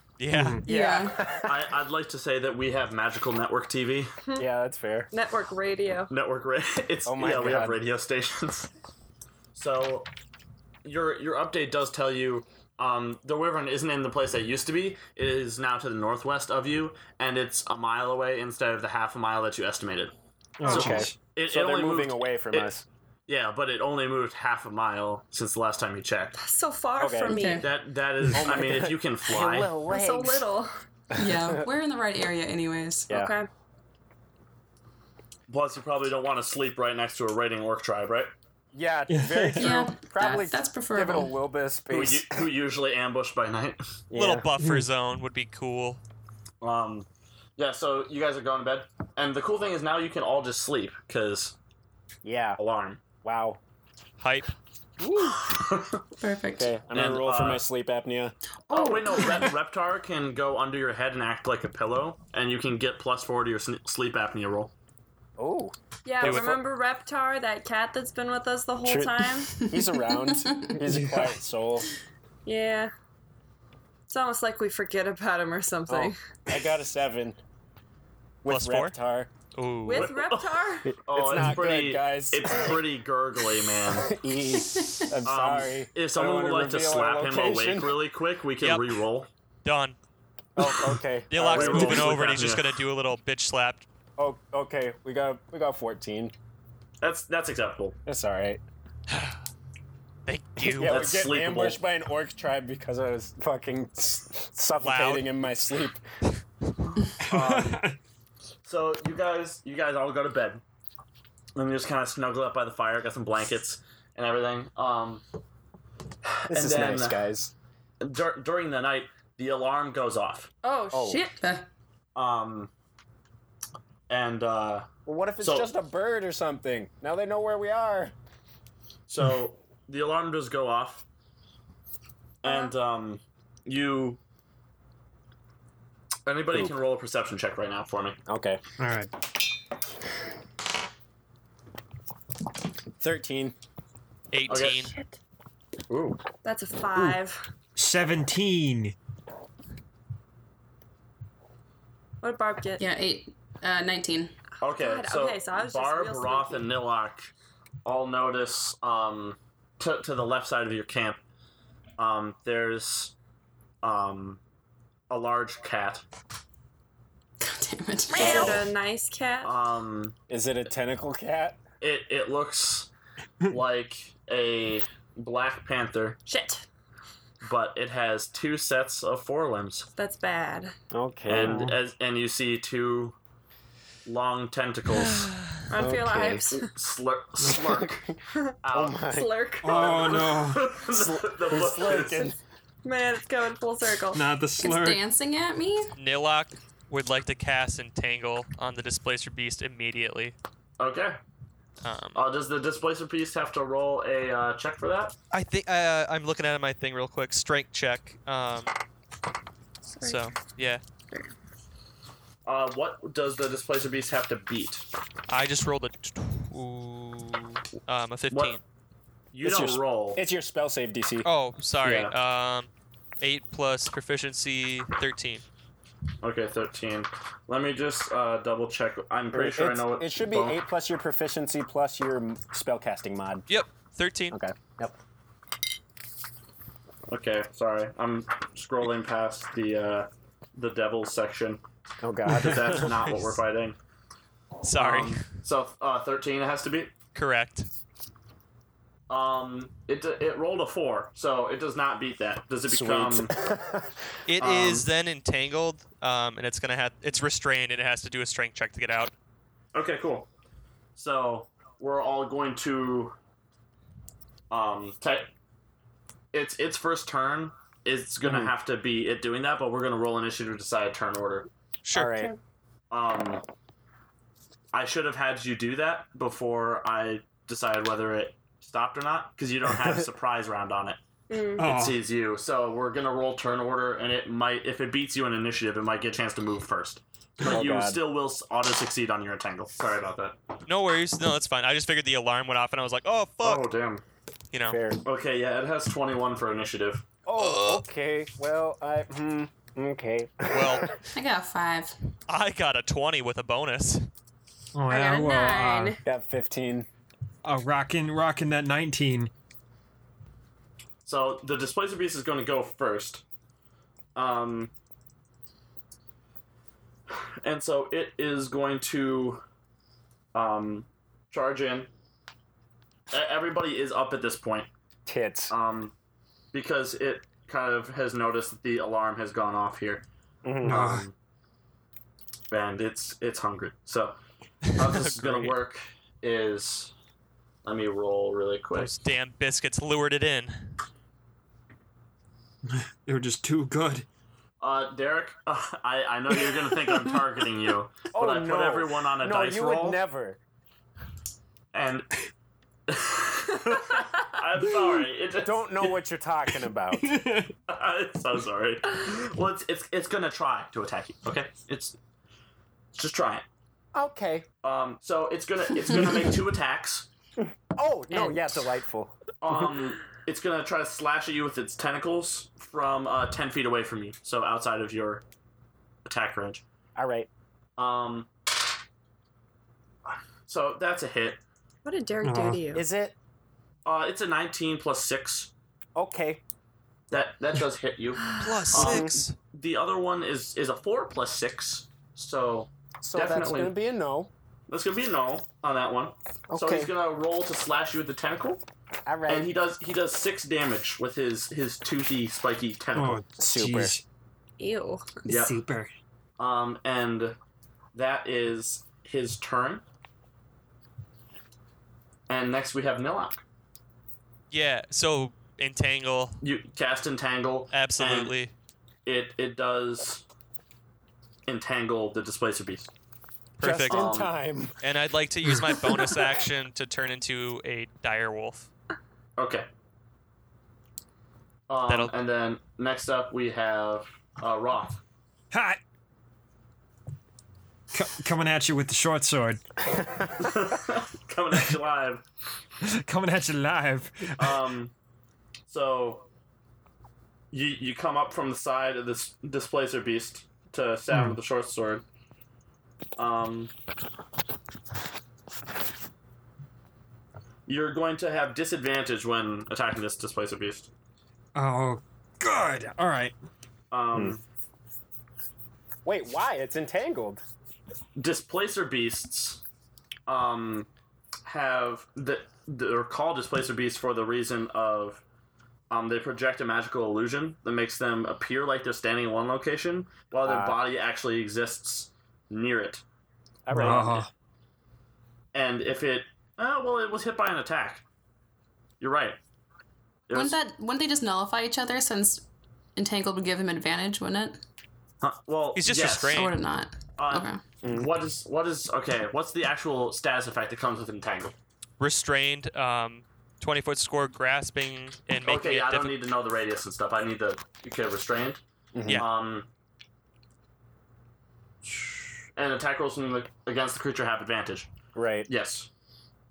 Speaker 6: Yeah,
Speaker 1: Yeah.
Speaker 2: I, I'd like to say that we have magical network TV.
Speaker 5: yeah, that's fair.
Speaker 3: Network radio.
Speaker 2: Network ra- it's
Speaker 5: Oh my
Speaker 2: yeah, we have
Speaker 5: God.
Speaker 2: radio stations. so your your update does tell you um, the wyvern isn't in the place that it used to be. It is now to the northwest of you, and it's a mile away instead of the half a mile that you estimated.
Speaker 4: Oh,
Speaker 5: Okay.
Speaker 4: jeez.
Speaker 2: It, it
Speaker 5: So they're
Speaker 2: only
Speaker 5: moving
Speaker 2: moved-
Speaker 5: away from
Speaker 2: it-
Speaker 5: us.
Speaker 2: Yeah, but it only moved half a mile since the last time you checked.
Speaker 3: So far
Speaker 5: Okay.
Speaker 3: from me.
Speaker 1: Okay.
Speaker 2: That that
Speaker 5: Oh
Speaker 2: is. I mean, if you can fly,
Speaker 3: So little.
Speaker 1: Yeah. We're in the right area, anyways.
Speaker 5: Yeah.
Speaker 3: Okay.
Speaker 2: plus you probably don't want to sleep right next to a raiding orc tribe, right?
Speaker 5: Yeah, very true.
Speaker 1: Yeah,
Speaker 5: Probably
Speaker 1: that- that's
Speaker 5: give it a
Speaker 1: preferable.
Speaker 5: little bit of
Speaker 2: Who,
Speaker 5: space.
Speaker 2: u- who usually ambush by night.
Speaker 6: little
Speaker 5: Yeah. Hmm.
Speaker 6: buffer zone would be cool.
Speaker 2: Um, yeah, so you guys are going to bed, and the cool thing is now you can all just sleep because
Speaker 5: Yeah.
Speaker 2: alarm.
Speaker 5: Wow.
Speaker 6: Hype.
Speaker 1: Perfect.
Speaker 5: Okay, I'm gonna
Speaker 2: And,
Speaker 5: roll for
Speaker 2: uh,
Speaker 5: my sleep apnea.
Speaker 2: Oh, wait, no, Rep- Reptar can go under your head and act like a pillow, and you can get plus four to your sn- sleep apnea roll.
Speaker 5: Oh,
Speaker 3: Yeah,
Speaker 6: It was-
Speaker 3: remember Reptar, that cat that's been with us the whole
Speaker 5: True.
Speaker 3: time?
Speaker 5: he's around. he's a quiet soul.
Speaker 3: Yeah. It's almost like we forget about him or something.
Speaker 5: Oh, I got a seven. With
Speaker 6: Plus four? Oh,
Speaker 5: Reptar.
Speaker 6: Ooh.
Speaker 3: With Reptar?
Speaker 2: Oh,
Speaker 5: it's not
Speaker 2: pretty,
Speaker 5: good, guys.
Speaker 2: It's pretty gurgly, man.
Speaker 5: E. I'm
Speaker 2: Um,
Speaker 5: sorry. I don't
Speaker 2: If someone would
Speaker 5: wanna
Speaker 2: like to
Speaker 5: reveal our
Speaker 2: slap him
Speaker 5: location.
Speaker 2: awake really quick, we can
Speaker 6: Yep.
Speaker 2: re-roll.
Speaker 6: Done.
Speaker 5: Oh, okay.
Speaker 6: Dilok's
Speaker 2: Alright,
Speaker 5: Alright,
Speaker 6: moving
Speaker 2: roll.
Speaker 6: over, and he's just
Speaker 2: Yeah.
Speaker 6: gonna do a little bitch slap.
Speaker 5: Oh, okay. We got we got 14.
Speaker 2: That's that's acceptable.
Speaker 5: That's all right.
Speaker 6: Thank you.
Speaker 5: Yeah, we're
Speaker 2: That's
Speaker 5: getting
Speaker 2: sleepable.
Speaker 5: ambushed by an orc tribe because I was fucking s- suffocating
Speaker 6: Loud.
Speaker 5: in my sleep. Um,
Speaker 2: So you guys, you guys all go to bed, and you just kind of snuggle up by the fire, got some blankets and everything. Um,
Speaker 5: This
Speaker 2: And
Speaker 5: is
Speaker 2: then-
Speaker 5: nice, guys.
Speaker 2: dur- during the night, the alarm goes off.
Speaker 3: Oh,
Speaker 5: Oh.
Speaker 3: shit.
Speaker 1: Uh,
Speaker 2: Um, and uh,
Speaker 5: Well, what if it's
Speaker 2: So-
Speaker 5: just a bird or something? Now they know where we are.
Speaker 2: so the alarm does go off, and um, you. Anybody can roll a perception check right now for me.
Speaker 5: Okay.
Speaker 4: All right.
Speaker 5: 13.
Speaker 6: 18.
Speaker 2: Okay.
Speaker 3: Shit.
Speaker 5: Ooh.
Speaker 3: That's a five.
Speaker 4: 17.
Speaker 3: What did Barb get?
Speaker 1: yeah, eight. Uh, 19.
Speaker 2: Okay,
Speaker 3: God,
Speaker 2: so,
Speaker 3: okay, so I was just
Speaker 2: Barb,
Speaker 3: real
Speaker 2: Roth,
Speaker 3: sneaky.
Speaker 2: and Nilok all notice um, to, to the left side of your camp. Um, there's um, a large cat.
Speaker 1: God damn it.
Speaker 3: Is it a nice cat?
Speaker 5: Ah.
Speaker 2: Um,
Speaker 5: Is it a tentacle cat?
Speaker 2: it it looks like a black panther,
Speaker 3: shit.
Speaker 2: but it has two sets of forelimbs,
Speaker 3: That's bad.
Speaker 5: Okay.
Speaker 2: and as and you see two long tentacles
Speaker 3: Run for your
Speaker 5: Okay.
Speaker 3: lives.
Speaker 2: slur- slurk
Speaker 5: oh
Speaker 2: out.
Speaker 5: my.
Speaker 3: Slurk.
Speaker 4: Oh, no.
Speaker 2: the, the
Speaker 5: He's
Speaker 2: book is-
Speaker 5: slurking.
Speaker 3: Man, it's going full circle.
Speaker 4: Not the
Speaker 1: It's
Speaker 4: slur.
Speaker 1: dancing at me?
Speaker 6: Nilok would like to cast Entangle on the Displacer Beast immediately.
Speaker 2: Okay.
Speaker 6: Um,
Speaker 2: Uh, does the displacer piece have to roll a uh, check for that?
Speaker 6: I think uh, I'm looking at my thing real quick. Strength check. Um, so yeah,
Speaker 2: Uh, what does the displacer beast have to beat?
Speaker 6: I just rolled a t- ooh, um a 15.
Speaker 2: What? You
Speaker 5: It's
Speaker 2: don't
Speaker 5: your-
Speaker 2: roll.
Speaker 5: It's your spell save DC.
Speaker 6: Oh, sorry. Um, eight plus proficiency, 13.
Speaker 2: Okay, thirteen. Let me just uh, double check. I'm pretty sure I
Speaker 5: It's-
Speaker 2: know what
Speaker 5: It should be
Speaker 2: bone-
Speaker 5: eight plus your proficiency plus your m- spellcasting mod.
Speaker 6: Yep, 13.
Speaker 5: Okay. Yep.
Speaker 2: Okay, sorry. I'm scrolling past the uh, the devil section.
Speaker 5: Oh god.
Speaker 2: That's not what we're fighting.
Speaker 6: Sorry.
Speaker 2: Um, so uh, thirteen it has to be.
Speaker 6: Correct.
Speaker 2: Um, it it rolled a four, so it does not beat that. Does it
Speaker 5: Sweet.
Speaker 2: become?
Speaker 6: It is
Speaker 2: Um,
Speaker 6: then entangled, um, and it's gonna have it's restrained, and it has to do a strength check to get out.
Speaker 2: Okay, cool. So we're all going to. Um, te- it's its first turn. It's gonna have to be it doing that, but we're gonna roll initiative to decide turn order.
Speaker 6: Sure.
Speaker 5: All right.
Speaker 2: Um, I should have had you do that before I decided whether it stopped or not, because you don't have a surprise round on it.
Speaker 3: Mm.
Speaker 2: It
Speaker 4: Oh,
Speaker 2: sees you, so we're gonna roll turn order, and it might if it beats you in initiative, it might get a chance to move first. But
Speaker 5: Oh,
Speaker 2: you
Speaker 5: God.
Speaker 2: still will auto succeed on your entangle. Sorry about that.
Speaker 6: No worries. No, that's fine. I just figured the alarm went off, and I was like, oh fuck,
Speaker 2: Oh damn.
Speaker 6: you know.
Speaker 5: Fair.
Speaker 2: Okay, yeah, it has 21 for initiative.
Speaker 5: Oh, okay. Well, I. Hmm. Okay.
Speaker 6: Well,
Speaker 1: I got a five.
Speaker 6: I got a 20 with a bonus.
Speaker 4: Oh, well, uh,
Speaker 3: I got a
Speaker 4: well,
Speaker 3: nine.
Speaker 5: Got 15.
Speaker 4: Uh, uh, rocking, rocking that 19.
Speaker 2: So the displacer beast is going to go first. Um, and so it is going to um, charge in. E- Everybody is up at this point
Speaker 5: Tits.
Speaker 2: um, because it kind of has noticed that the alarm has gone off here.
Speaker 5: Mhm.
Speaker 2: Um, and it's it's hungry. So how this is going to
Speaker 6: Great.
Speaker 2: work is let me roll really quick.
Speaker 6: Those damn biscuits lured it in.
Speaker 4: They were just too good.
Speaker 2: Uh, Derek, uh, I, I know you're gonna think I'm targeting you, but
Speaker 5: Oh,
Speaker 2: I put
Speaker 5: no.
Speaker 2: everyone on a
Speaker 5: no,
Speaker 2: dice
Speaker 5: you
Speaker 2: roll,
Speaker 5: would never.
Speaker 2: and I'm sorry. It just,
Speaker 5: Don't know what you're talking about.
Speaker 2: I'm so sorry. Well, it's, it's it's gonna try to attack you. Okay, it's just try it.
Speaker 5: okay.
Speaker 2: Um, so it's gonna it's gonna make two attacks.
Speaker 5: Oh no,
Speaker 1: And-
Speaker 5: yeah, delightful.
Speaker 2: Um, it's gonna try to slash at you with its tentacles from uh, ten feet away from you, so outside of your attack range.
Speaker 5: All right.
Speaker 2: Um, so that's a hit.
Speaker 7: What did Derek do
Speaker 4: Aw.
Speaker 7: to you?
Speaker 5: Is it
Speaker 2: Uh, it's a 19 plus six.
Speaker 5: okay?
Speaker 2: That that does hit you.
Speaker 6: Plus
Speaker 2: Um,
Speaker 6: six.
Speaker 2: The other one is is a four plus six. So
Speaker 5: So that's
Speaker 2: Definitely.
Speaker 5: gonna be a no.
Speaker 2: that's gonna be a no on that one. So
Speaker 5: Okay.
Speaker 2: he's gonna roll to slash you with the tentacle,
Speaker 5: All right.
Speaker 2: and he does he does six damage with his his toothy spiky tentacle.
Speaker 4: Oh,
Speaker 5: Super.
Speaker 4: jeez.
Speaker 7: Ew.
Speaker 2: Yep.
Speaker 4: Super.
Speaker 2: Um, and that is his turn. And next we have Nilok.
Speaker 6: Yeah. So entangle.
Speaker 2: You cast entangle.
Speaker 6: Absolutely.
Speaker 2: It it does entangle the displacer beast.
Speaker 6: Perfect.
Speaker 5: Just in
Speaker 2: Um,
Speaker 5: time.
Speaker 6: And I'd like to use my bonus action to turn into a dire wolf.
Speaker 2: Okay. Um,
Speaker 6: That'll-
Speaker 2: And then next up we have uh, Roth.
Speaker 4: Hi. C- coming at you with the short sword.
Speaker 2: Coming at you live.
Speaker 4: coming at you live.
Speaker 2: Um, so you you come up from the side of this displacer beast to stab with the short sword. Um, you're going to have disadvantage when attacking this displacer beast.
Speaker 4: Oh, good. All right.
Speaker 2: Um,
Speaker 5: Wait, why? It's entangled.
Speaker 2: displacer beasts um, have the they're called displacer beasts for the reason of um, they project a magical illusion that makes them appear like they're standing in one location while their
Speaker 5: Ah.
Speaker 2: body actually exists near it.
Speaker 5: All right.
Speaker 4: Uh,
Speaker 6: Uh-huh.
Speaker 2: And if it oh well, it was hit by an attack. You're right. It
Speaker 1: Wouldn't
Speaker 2: was-
Speaker 1: that wouldn't they just nullify each other since entangled would give him advantage, wouldn't it?
Speaker 2: huh, well,
Speaker 6: He's just
Speaker 2: yes.
Speaker 6: restrained.
Speaker 1: Or would it not?
Speaker 2: Uh,
Speaker 1: Okay.
Speaker 2: What is what is okay? What's the actual status effect that comes with entangle?
Speaker 6: Restrained. Um, 20 foot score, grasping, and making
Speaker 2: Okay,
Speaker 6: it
Speaker 2: yeah, I don't
Speaker 6: diffi-
Speaker 2: need to know the radius and stuff. I need the okay restrained.
Speaker 5: Mhm.
Speaker 6: Yeah.
Speaker 2: Um, and attack rolls from the, against the creature have advantage.
Speaker 5: Right.
Speaker 2: Yes.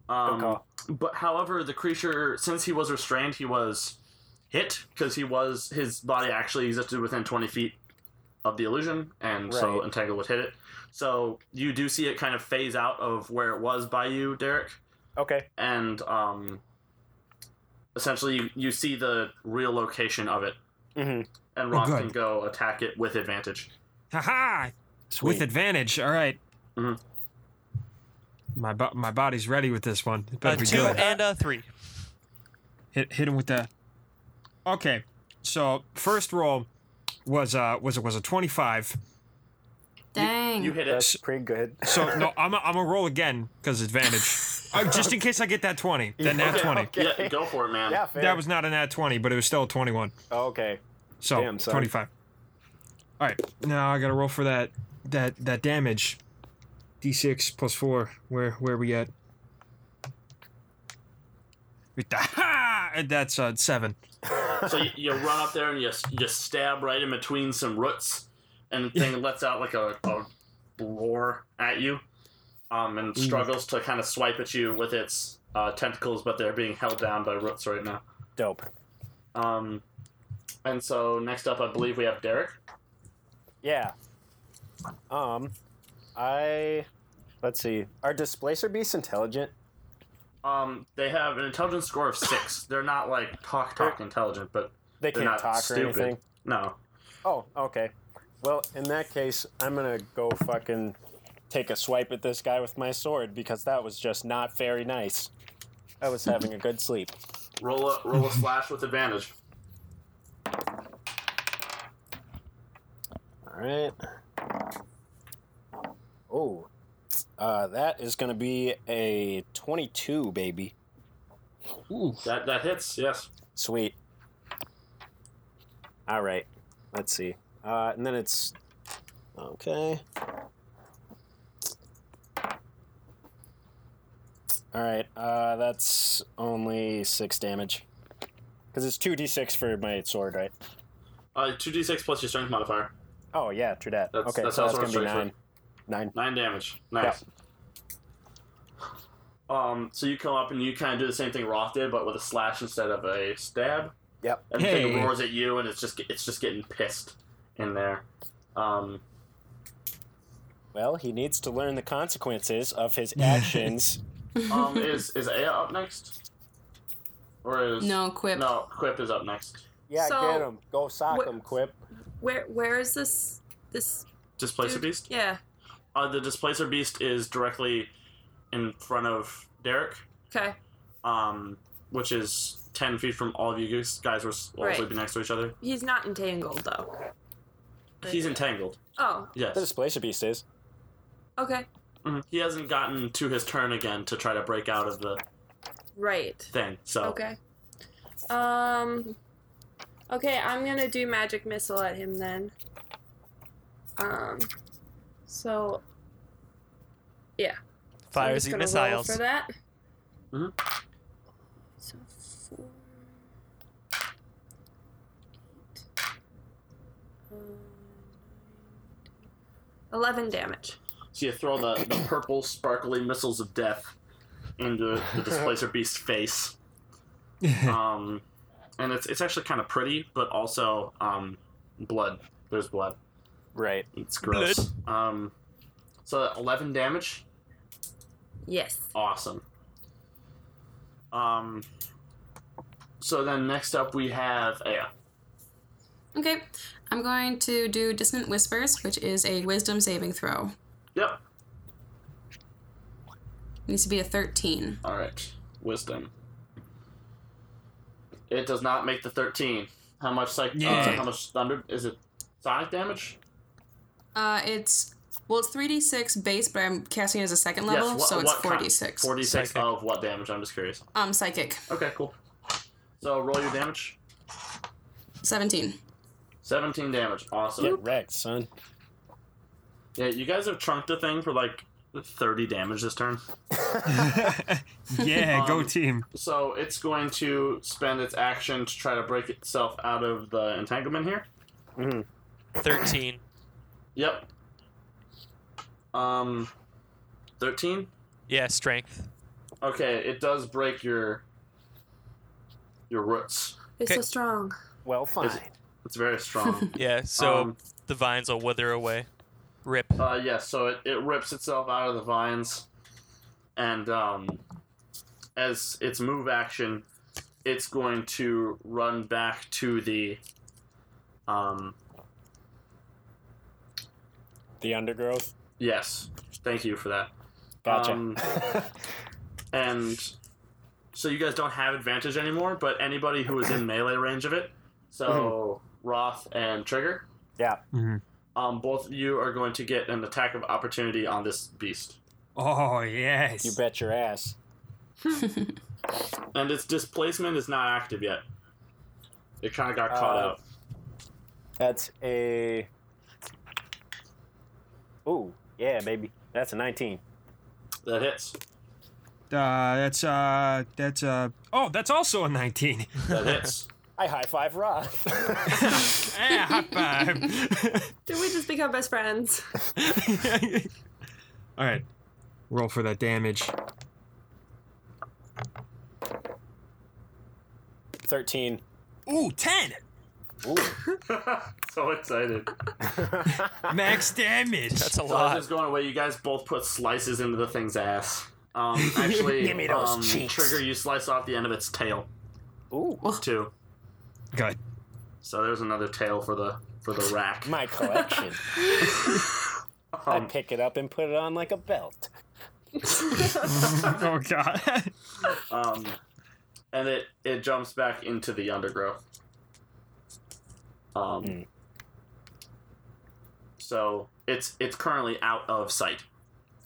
Speaker 5: Good
Speaker 2: Um,
Speaker 5: call.
Speaker 2: but however, the creature, since he was restrained, he was hit because he was his body actually existed within twenty feet of the illusion, and so
Speaker 5: Right.
Speaker 2: Entangle would hit it. So you do see it kind of phase out of where it was by you, Derek,
Speaker 5: Okay.
Speaker 2: and um, essentially you, you see the real location of it,
Speaker 5: Mm-hmm.
Speaker 2: and Ron
Speaker 4: good.
Speaker 2: can go attack it with advantage.
Speaker 4: Haha! With advantage. All right.
Speaker 2: Mhm.
Speaker 4: My bo- my body's ready with this one. It
Speaker 6: A
Speaker 4: better be
Speaker 6: two
Speaker 4: good.
Speaker 6: and a three.
Speaker 4: Hit hit him with the. Okay, so first roll was uh was was a twenty five.
Speaker 1: Dang.
Speaker 2: You hit it.
Speaker 5: That's pretty good.
Speaker 4: So no, I'm a, I'm a roll again because advantage. uh, just in case I get that twenty, then nat
Speaker 2: Okay.
Speaker 4: twenty.
Speaker 2: Yeah, go for it, man.
Speaker 5: yeah, fair.
Speaker 4: That was not a nat twenty, but it was still a twenty one.
Speaker 5: okay.
Speaker 4: So
Speaker 5: Damn, son.
Speaker 4: twenty five. All right, now I gotta roll for that that that damage. D six plus four. Where where we at? With the- Ha! That's uh, seven.
Speaker 2: So you, you run up there and you you stab right in between some roots, and the thing lets out like a, a roar at you, um, and struggles to kind of swipe at you with its uh, tentacles, but they're being held down by roots right now.
Speaker 5: Dope.
Speaker 2: Um, and so next up, I believe we have Derek.
Speaker 5: Yeah. Um, I let's see. Are displacer beasts intelligent?
Speaker 2: Um, they have an intelligence score of six. They're not like talk talk intelligent, but
Speaker 5: They
Speaker 2: They're
Speaker 5: can't
Speaker 2: not
Speaker 5: talk or
Speaker 2: stupid.
Speaker 5: anything.
Speaker 2: no.
Speaker 5: Oh, okay. Well, in that case, I'm gonna go fucking take a swipe at this guy with my sword because that was just not very nice. I was having a good sleep.
Speaker 2: Roll a roll a slash with advantage.
Speaker 5: All right. Oh, uh, that is gonna be a 22, baby.
Speaker 2: That that hits. Yes.
Speaker 5: Sweet. All right. Let's see. Uh, and then it's okay. All right. Uh, that's only six damage. Because it's two d6 for my sword, right?
Speaker 2: Uh, two d six plus your strength modifier.
Speaker 5: Oh yeah, true that.
Speaker 2: That's-
Speaker 5: okay,
Speaker 2: that's
Speaker 5: so
Speaker 2: how
Speaker 5: that's gonna be
Speaker 2: sword
Speaker 5: nine.
Speaker 2: strikes
Speaker 5: Nine.
Speaker 2: Nine damage. Nice. Um, so you come up and you kind of do the same thing Roth did, but with a slash instead of a stab.
Speaker 5: Yep.
Speaker 2: And the thing
Speaker 4: Hey.
Speaker 2: roars at you, and it's just it's just getting pissed in there. Um,
Speaker 5: Well, he needs to learn the consequences of his actions.
Speaker 2: um, is is Aya up next? Or is
Speaker 1: no, quip.
Speaker 2: no Quip is up next.
Speaker 5: yeah,
Speaker 3: So-
Speaker 5: get him. Go sock
Speaker 3: Wh-
Speaker 5: him, Quip.
Speaker 3: Where where is this this
Speaker 2: Displacer
Speaker 3: dude?
Speaker 2: beast.
Speaker 3: Yeah.
Speaker 2: Uh, the displacer beast is directly in front of Derek,
Speaker 3: Okay.
Speaker 2: um, which is ten feet from all of you guys. Guys were s- all
Speaker 3: Right.
Speaker 2: sleeping next to each other.
Speaker 3: He's not entangled though.
Speaker 2: He's entangled.
Speaker 3: Oh,
Speaker 2: Yes.
Speaker 5: The displacer beast is.
Speaker 3: okay.
Speaker 2: Mhm. He hasn't gotten to his turn again to try to break out of the
Speaker 3: Right.
Speaker 2: thing. So
Speaker 3: Okay. Um Okay, I'm gonna do magic missile at him then. Um so I'm
Speaker 6: Fires
Speaker 3: just
Speaker 6: and
Speaker 3: gonna roll
Speaker 6: missiles.
Speaker 3: for that.
Speaker 2: Mhm.
Speaker 3: So four, eight, uh, eleven damage.
Speaker 2: so you throw the, the purple sparkly missiles of death into the displacer beast's face. Um, and it's it's actually kind of pretty, but also um, blood. There's blood.
Speaker 5: Right.
Speaker 2: It's gross. Um, so eleven damage.
Speaker 3: Yes.
Speaker 2: Awesome. Um. So then next up we have oh, Aya.
Speaker 1: Okay. I'm going to do Dissonant Whispers, which is a wisdom saving throw.
Speaker 2: Yep.
Speaker 1: needs to be a 13.
Speaker 2: All right. Wisdom. It does not make the thirteen. How much psych? Uh,
Speaker 4: Yeah.
Speaker 2: how much thunder is it? Sonic damage.
Speaker 1: Uh, it's. Well, it's 3d6 base, but I'm casting it as a second level,
Speaker 2: wha-
Speaker 1: so it's
Speaker 2: what kind?
Speaker 1: 4d6.
Speaker 2: Forty six
Speaker 6: Psychic.
Speaker 2: of what damage? I'm just curious.
Speaker 1: Um, psychic.
Speaker 2: Okay, cool. So roll your damage.
Speaker 1: 17.
Speaker 2: Seventeen damage. Awesome.
Speaker 5: Get wrecked, son.
Speaker 2: Yeah, you guys have trunked the thing for like thirty damage this turn.
Speaker 5: Um,
Speaker 4: yeah, go
Speaker 2: Um,
Speaker 4: team.
Speaker 2: So it's going to spend its action to try to break itself out of the entanglement here.
Speaker 6: Thirteen.
Speaker 2: Yep. Um, thirteen.
Speaker 6: Yeah, strength.
Speaker 2: Okay, it does break your your roots.
Speaker 3: It's
Speaker 6: Okay.
Speaker 3: so strong.
Speaker 5: Well, fine.
Speaker 2: Is It's very strong.
Speaker 6: Yeah, so
Speaker 2: Um,
Speaker 6: the vines will wither away. Rip.
Speaker 2: Uh, yeah, so it, it rips itself out of the vines, and um, as its move action, it's going to run back to the um,
Speaker 5: The undergrowth.
Speaker 2: Yes. Thank you for that.
Speaker 5: Gotcha.
Speaker 2: Um, and so you guys don't have advantage anymore, but anybody who is in melee range of it, so Roth and Trigger,
Speaker 5: Mm-hmm. yeah.
Speaker 4: Mhm.
Speaker 2: um, both of you are going to get an attack of opportunity on this beast.
Speaker 4: Oh yes.
Speaker 5: You bet your ass.
Speaker 2: And its displacement is not active yet. It kind of got caught
Speaker 5: Uh,
Speaker 2: out.
Speaker 5: That's a. Ooh, yeah, baby. That's a 19.
Speaker 2: That hits.
Speaker 4: Uh, that's uh, that's uh. Oh, that's also a nineteen.
Speaker 2: That hits.
Speaker 5: I high five Roth.
Speaker 4: Eh, high five.
Speaker 3: Did we just become best friends?
Speaker 4: All right, roll for that damage.
Speaker 5: 13.
Speaker 4: Ooh, ten.
Speaker 5: Ooh.
Speaker 2: so excited.
Speaker 4: Max damage.
Speaker 6: That's a
Speaker 2: So as
Speaker 6: lot.
Speaker 2: it's going away, you guys both put slices into the thing's ass. Um, actually,
Speaker 5: Give me those
Speaker 2: um,
Speaker 5: cheeks.
Speaker 2: Trigger, you slice off the end of its tail
Speaker 5: Ooh.
Speaker 2: too.
Speaker 4: good.
Speaker 2: So there's another tail for the for the rack.
Speaker 5: My collection. I
Speaker 2: Um,
Speaker 5: pick it up and put it on like a belt.
Speaker 4: oh god.
Speaker 2: um, and it it jumps back into the undergrowth. Um,
Speaker 5: Hmm.
Speaker 2: so it's it's currently out of sight.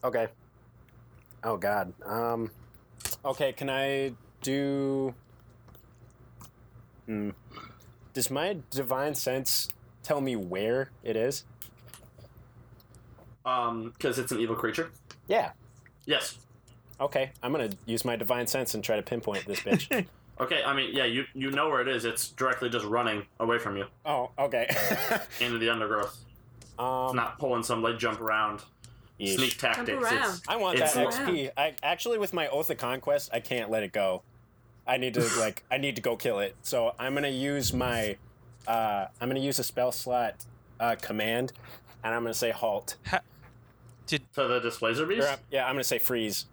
Speaker 5: Okay. Oh God. Um. Okay. Can I do? Hmm. Does my divine sense tell me where it is?
Speaker 2: Um, because it's an evil creature.
Speaker 5: Yeah.
Speaker 2: Yes.
Speaker 5: Okay. I'm gonna use my divine sense and try to pinpoint this bitch.
Speaker 2: Okay. I mean, yeah. You you know where it is. It's directly just running away from you
Speaker 5: oh. Okay.
Speaker 2: into the undergrowth.
Speaker 5: um.
Speaker 2: not pulling some like jump around
Speaker 5: yeesh.
Speaker 2: sneak tactics.
Speaker 3: Jump
Speaker 2: It's,
Speaker 5: I want
Speaker 2: It's
Speaker 5: that
Speaker 2: not-
Speaker 5: XP. I actually with my oath of conquest, I can't let it go. I need to like I need to go kill it. So I'm gonna use my uh, I'm gonna use a spell slot uh, command, and I'm gonna say halt.
Speaker 2: to the displacer
Speaker 5: Or,
Speaker 2: beast.
Speaker 5: uh, yeah, I'm gonna say freeze.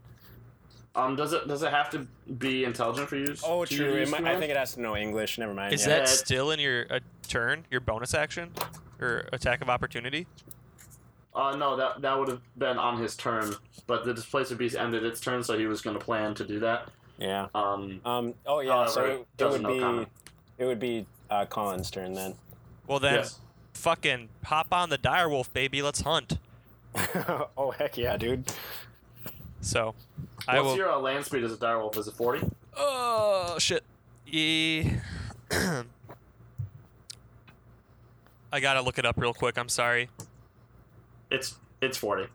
Speaker 2: Um, does it does it have to be intelligent for you?
Speaker 5: Oh,
Speaker 2: to
Speaker 5: true.
Speaker 2: use
Speaker 5: It might, I
Speaker 2: command?
Speaker 5: think it has to know English. Never mind.
Speaker 6: Is
Speaker 5: yeah.
Speaker 6: that
Speaker 2: Yeah.
Speaker 6: still in your uh, turn, your bonus action, or attack of opportunity?
Speaker 2: Uh, no, that that would have been on his turn, but the displacer beast ended its turn, so he was going to plan to do that.
Speaker 5: yeah?
Speaker 2: Um,
Speaker 5: Um. Oh yeah.
Speaker 2: However,
Speaker 5: so
Speaker 2: it
Speaker 5: it,
Speaker 2: doesn't
Speaker 5: would
Speaker 2: know
Speaker 5: be
Speaker 2: comment.
Speaker 5: it would be uh, Colin's turn then.
Speaker 6: Well then,
Speaker 2: yes.
Speaker 6: fucking hop on the direwolf, baby. Let's hunt.
Speaker 5: oh heck yeah, dude.
Speaker 6: So, I
Speaker 2: What's
Speaker 6: will.
Speaker 2: your uh, land speed as a direwolf? Is it forty?
Speaker 6: Oh shit. E. I gotta look it up real quick. I'm sorry.
Speaker 2: It's it's forty.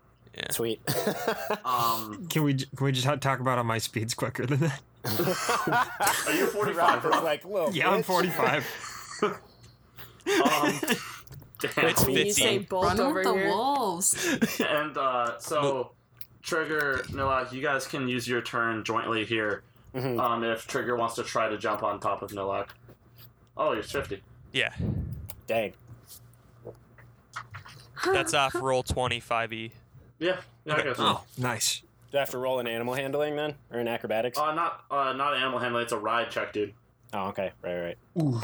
Speaker 5: Sweet.
Speaker 2: Um,
Speaker 4: Can we j- can we just ha- talk about how my speed's quicker than that?
Speaker 2: are you
Speaker 5: Rob
Speaker 2: forty-five?
Speaker 5: was like, "Little
Speaker 4: Yeah, I'm
Speaker 5: bitch."
Speaker 4: 45.
Speaker 2: um, damn.
Speaker 6: It's
Speaker 3: You say
Speaker 6: 50.
Speaker 3: bolt
Speaker 1: Run
Speaker 3: over
Speaker 1: with the
Speaker 3: here.
Speaker 1: wolves.
Speaker 2: And uh, so, Trigger, Nilak, you guys can use your turn jointly here.
Speaker 5: Mhm.
Speaker 2: Um, if Trigger wants to try to jump on top of Nilak. Oh, you're shifty.
Speaker 6: Yeah,
Speaker 5: Dang.
Speaker 6: that's off roll E. 25e.
Speaker 2: Yeah. Yeah, I guess.
Speaker 4: Oh, nice.
Speaker 5: Do I have to roll an animal handling then, or an acrobatics?
Speaker 6: Oh.
Speaker 2: Uh, not uh, not animal handling. It's a ride check, dude.
Speaker 5: oh, okay, right,
Speaker 4: Ooh.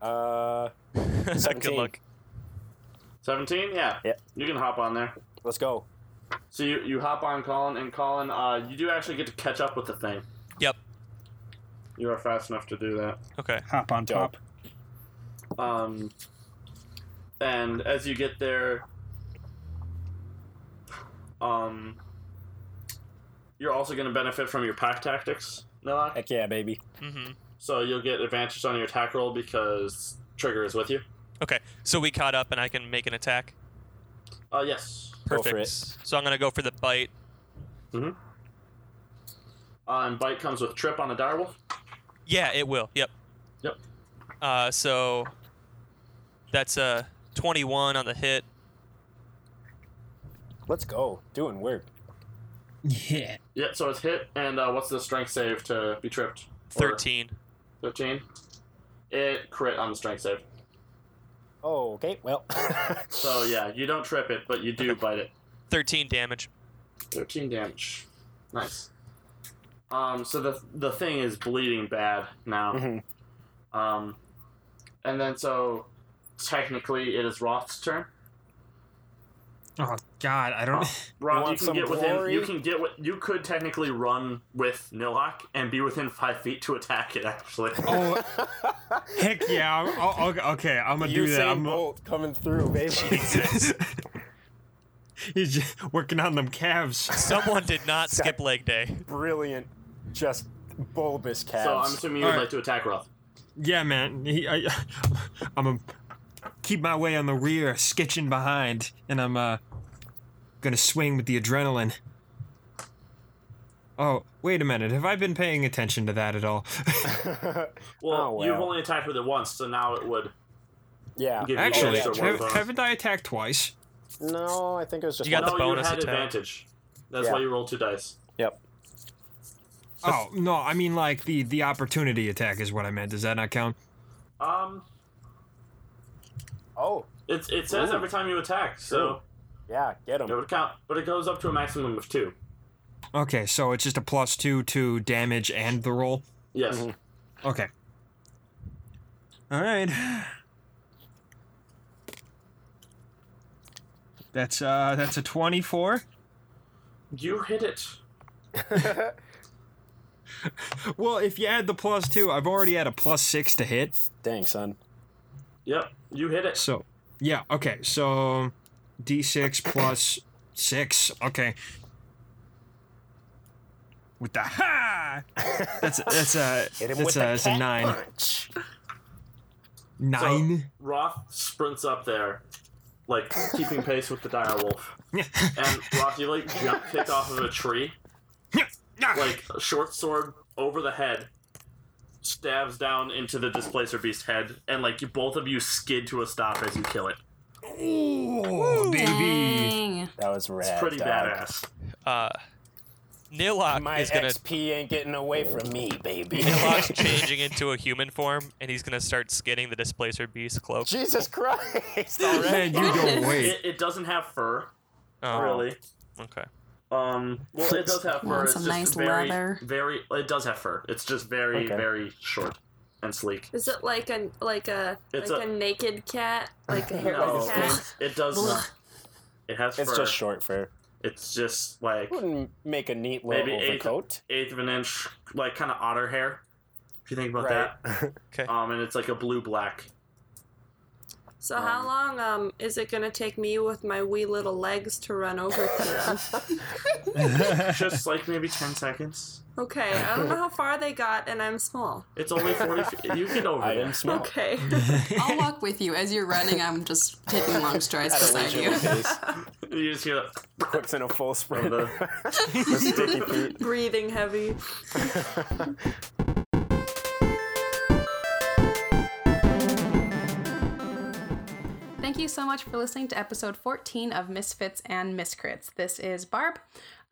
Speaker 5: right. Uh,
Speaker 6: Good
Speaker 5: 17.
Speaker 6: luck.
Speaker 2: Seventeen. Yeah.
Speaker 5: Yeah.
Speaker 2: You can hop on there.
Speaker 5: let's go.
Speaker 2: So you, you hop on Colin, and Colin, uh, you do actually get to catch up with the thing.
Speaker 6: Yep.
Speaker 2: You are fast enough to do that.
Speaker 6: Okay.
Speaker 4: Hop on
Speaker 5: Dope.
Speaker 2: Um, and as you get there, um, you're also going to benefit from your pack tactics, Nilak.
Speaker 5: Heck yeah, baby.
Speaker 6: Mm-hmm.
Speaker 2: So you'll get advantage on your attack roll because Trigger is with you.
Speaker 6: Okay. So we caught up, and I can make an attack.
Speaker 2: Uh, yes.
Speaker 5: Go
Speaker 6: Perfect.
Speaker 5: for it.
Speaker 6: So I'm gonna go for the bite.
Speaker 2: Uh, and bite comes with trip on the direwolf.
Speaker 6: Yeah, it will. Yep.
Speaker 2: Yep.
Speaker 6: Uh, so that's a 21 on the hit.
Speaker 5: Let's go. Doing work.
Speaker 4: Yeah.
Speaker 2: Yeah, so it's hit. And uh, what's the strength save to be tripped? Or-
Speaker 6: 13.
Speaker 2: 13? It crit on the strength save.
Speaker 5: Oh, okay. Well,
Speaker 2: So yeah, you don't trip it, but you do bite it.
Speaker 6: 13 damage.
Speaker 2: 13 damage. Nice. Um, so the the thing is bleeding bad now.
Speaker 5: Mhm.
Speaker 2: Um, and then so technically it is Roth's turn.
Speaker 4: Oh God, I don't.
Speaker 2: Roth, you,
Speaker 5: want
Speaker 2: can
Speaker 5: some
Speaker 2: get within. You
Speaker 5: glory?
Speaker 2: can get with. You could technically run with Nilok and be within five feet to attack it. Actually,
Speaker 4: Oh heck yeah! I'm, I'll, I'll- okay, I'm gonna do that.
Speaker 5: Usain
Speaker 4: I'm gonna-
Speaker 5: Bolt coming through, baby.
Speaker 4: He's just working on them calves.
Speaker 6: Someone did not skip leg day.
Speaker 5: Brilliant, just bulbous
Speaker 2: so I'm
Speaker 5: calves.
Speaker 2: assuming you would
Speaker 4: Alright.
Speaker 2: like to attack Roth.
Speaker 4: Yeah, man. He, I, I'm a, keep my way on the rear, sketching behind, and I'm uh gonna swing with the adrenaline. Oh wait a minute! Have I been paying attention to that at all?
Speaker 2: Well,
Speaker 5: Oh, well.
Speaker 2: you've only attacked with it once, so now it would
Speaker 5: yeah. Oh,
Speaker 2: give
Speaker 4: Actually,
Speaker 2: you an
Speaker 5: yeah,
Speaker 2: extra
Speaker 5: yeah.
Speaker 2: one
Speaker 4: have,
Speaker 2: bonus.
Speaker 4: haven't I attacked twice?
Speaker 5: No, I think it was just.
Speaker 6: You got
Speaker 5: one-
Speaker 2: no,
Speaker 6: the bonus
Speaker 2: you had
Speaker 6: attack.
Speaker 2: advantage. That's
Speaker 5: Yeah.
Speaker 2: why you roll two dice.
Speaker 5: Yep.
Speaker 4: Oh no, I mean like the the opportunity attack is what I meant. Does that not count?
Speaker 2: Um,
Speaker 5: Oh,
Speaker 2: It, it says
Speaker 5: Ooh.
Speaker 2: every time you attack, so
Speaker 5: yeah. Get
Speaker 2: it
Speaker 5: him.
Speaker 2: would count. But it goes up to a maximum of two.
Speaker 4: Okay, so it's just a plus two to damage and the roll.
Speaker 2: Yes.
Speaker 5: Mhm.
Speaker 4: Okay. All right. That's uh that's a 24.
Speaker 2: You hit it.
Speaker 4: Well, if you add the plus 2, I've already had a plus 6 to hit.
Speaker 5: Dang, son.
Speaker 2: Yep. You hit it.
Speaker 4: So, yeah, okay. So d6 plus 6. Okay. With the ha. That's that's a
Speaker 5: Hit
Speaker 4: that's
Speaker 5: him with
Speaker 4: a,
Speaker 5: the
Speaker 4: that's a
Speaker 5: cat
Speaker 4: 9.
Speaker 5: punch.
Speaker 4: 9.
Speaker 2: Roth sprints up there, like keeping pace with the dire wolf. And Roth, you like jump kick off of a tree, like a short sword over the head, stabs down into the displacer beast head, and like you, both of you skid to a stop as you kill it.
Speaker 4: Ooh, baby.
Speaker 1: Dang.
Speaker 5: That was rad.
Speaker 2: It's pretty
Speaker 5: dog.
Speaker 2: badass.
Speaker 6: Uh, Nilok
Speaker 5: My
Speaker 6: is gonna
Speaker 5: XP ain't getting away from me, baby.
Speaker 6: Nilok's changing into a human form, and he's gonna start skinning the displacer beast cloak.
Speaker 5: Jesus Christ!
Speaker 4: Man,
Speaker 5: Already.
Speaker 4: you don't wait.
Speaker 2: It, it doesn't have fur,
Speaker 6: Oh,
Speaker 2: really.
Speaker 6: Okay.
Speaker 2: Um, well, it does have
Speaker 1: Well,
Speaker 2: fur.
Speaker 1: it's
Speaker 2: It's
Speaker 1: some
Speaker 2: just
Speaker 1: nice
Speaker 2: very,
Speaker 1: leather.
Speaker 2: very. It does have fur. It's just very,
Speaker 5: Okay.
Speaker 2: very short and sleek.
Speaker 3: Is it like a like a
Speaker 2: It's
Speaker 3: like
Speaker 2: a-
Speaker 3: a, naked cat, like a hairless
Speaker 2: No,
Speaker 3: cat?
Speaker 2: it does.
Speaker 1: Blech.
Speaker 2: It has fur.
Speaker 5: It's just short fur.
Speaker 2: It's just like
Speaker 5: Wouldn't make a neat little
Speaker 2: Maybe eight-
Speaker 5: overcoat.
Speaker 2: eighth of an inch, like kind of otter hair. If you think about
Speaker 6: Okay.
Speaker 2: that, um, and it's like a blue black.
Speaker 3: So how long um is it gonna take me with my wee little legs to run over to them?
Speaker 2: just like maybe ten seconds.
Speaker 3: Okay, I don't know how far they got, and I'm small.
Speaker 2: It's only forty. feet. You get over
Speaker 5: I
Speaker 2: there.
Speaker 5: am small.
Speaker 3: Okay.
Speaker 1: I'll walk with you. As you're running, I'm just taking long strides
Speaker 5: At a
Speaker 1: beside you.
Speaker 5: leisurely pace.
Speaker 2: You just hear
Speaker 5: Quick's in a full
Speaker 2: the,
Speaker 5: sprint.
Speaker 2: the
Speaker 5: With sticky feet.
Speaker 3: Breathing heavy.
Speaker 1: Thank you so much for listening to episode 14 of Misfits and Miscrits. This is Barb,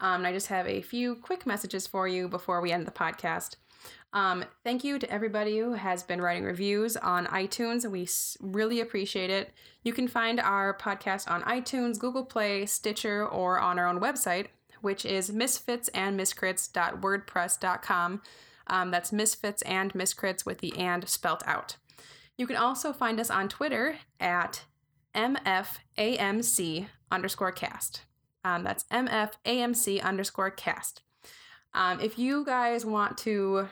Speaker 1: um, and I just have a few quick messages for you before we end the podcast. Um, thank you to everybody who has been writing reviews on iTunes. We s- really appreciate it. You can find our podcast on iTunes, Google Play, Stitcher, or on our own website, which is misfitsandmiscrits.wordpress.com. Um, that's misfits and miscrits with the and spelt out. You can also find us on Twitter at MFAMC underscore cast. Um, that's MFAMC underscore cast. Um, if you guys want to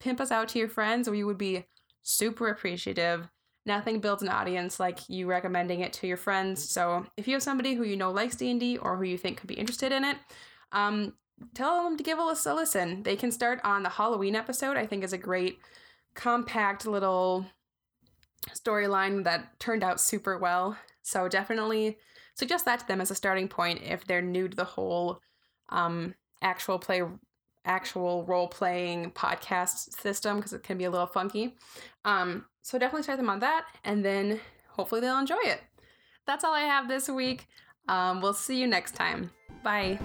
Speaker 1: pimp us out to your friends, we would be super appreciative. Nothing builds an audience like you recommending it to your friends. So if you have somebody who you know likes D&D or who you think could be interested in it, um, tell them to give us a listen. They can start on the Halloween episode. I think is a great compact little storyline that turned out super well. So definitely suggest that to them as a starting point if they're new to the whole um, actual play, actual role playing podcast system because it can be a little funky. Um, so definitely start them on that, and then hopefully they'll enjoy it. That's all I have this week. Um, we'll see you next time. Bye.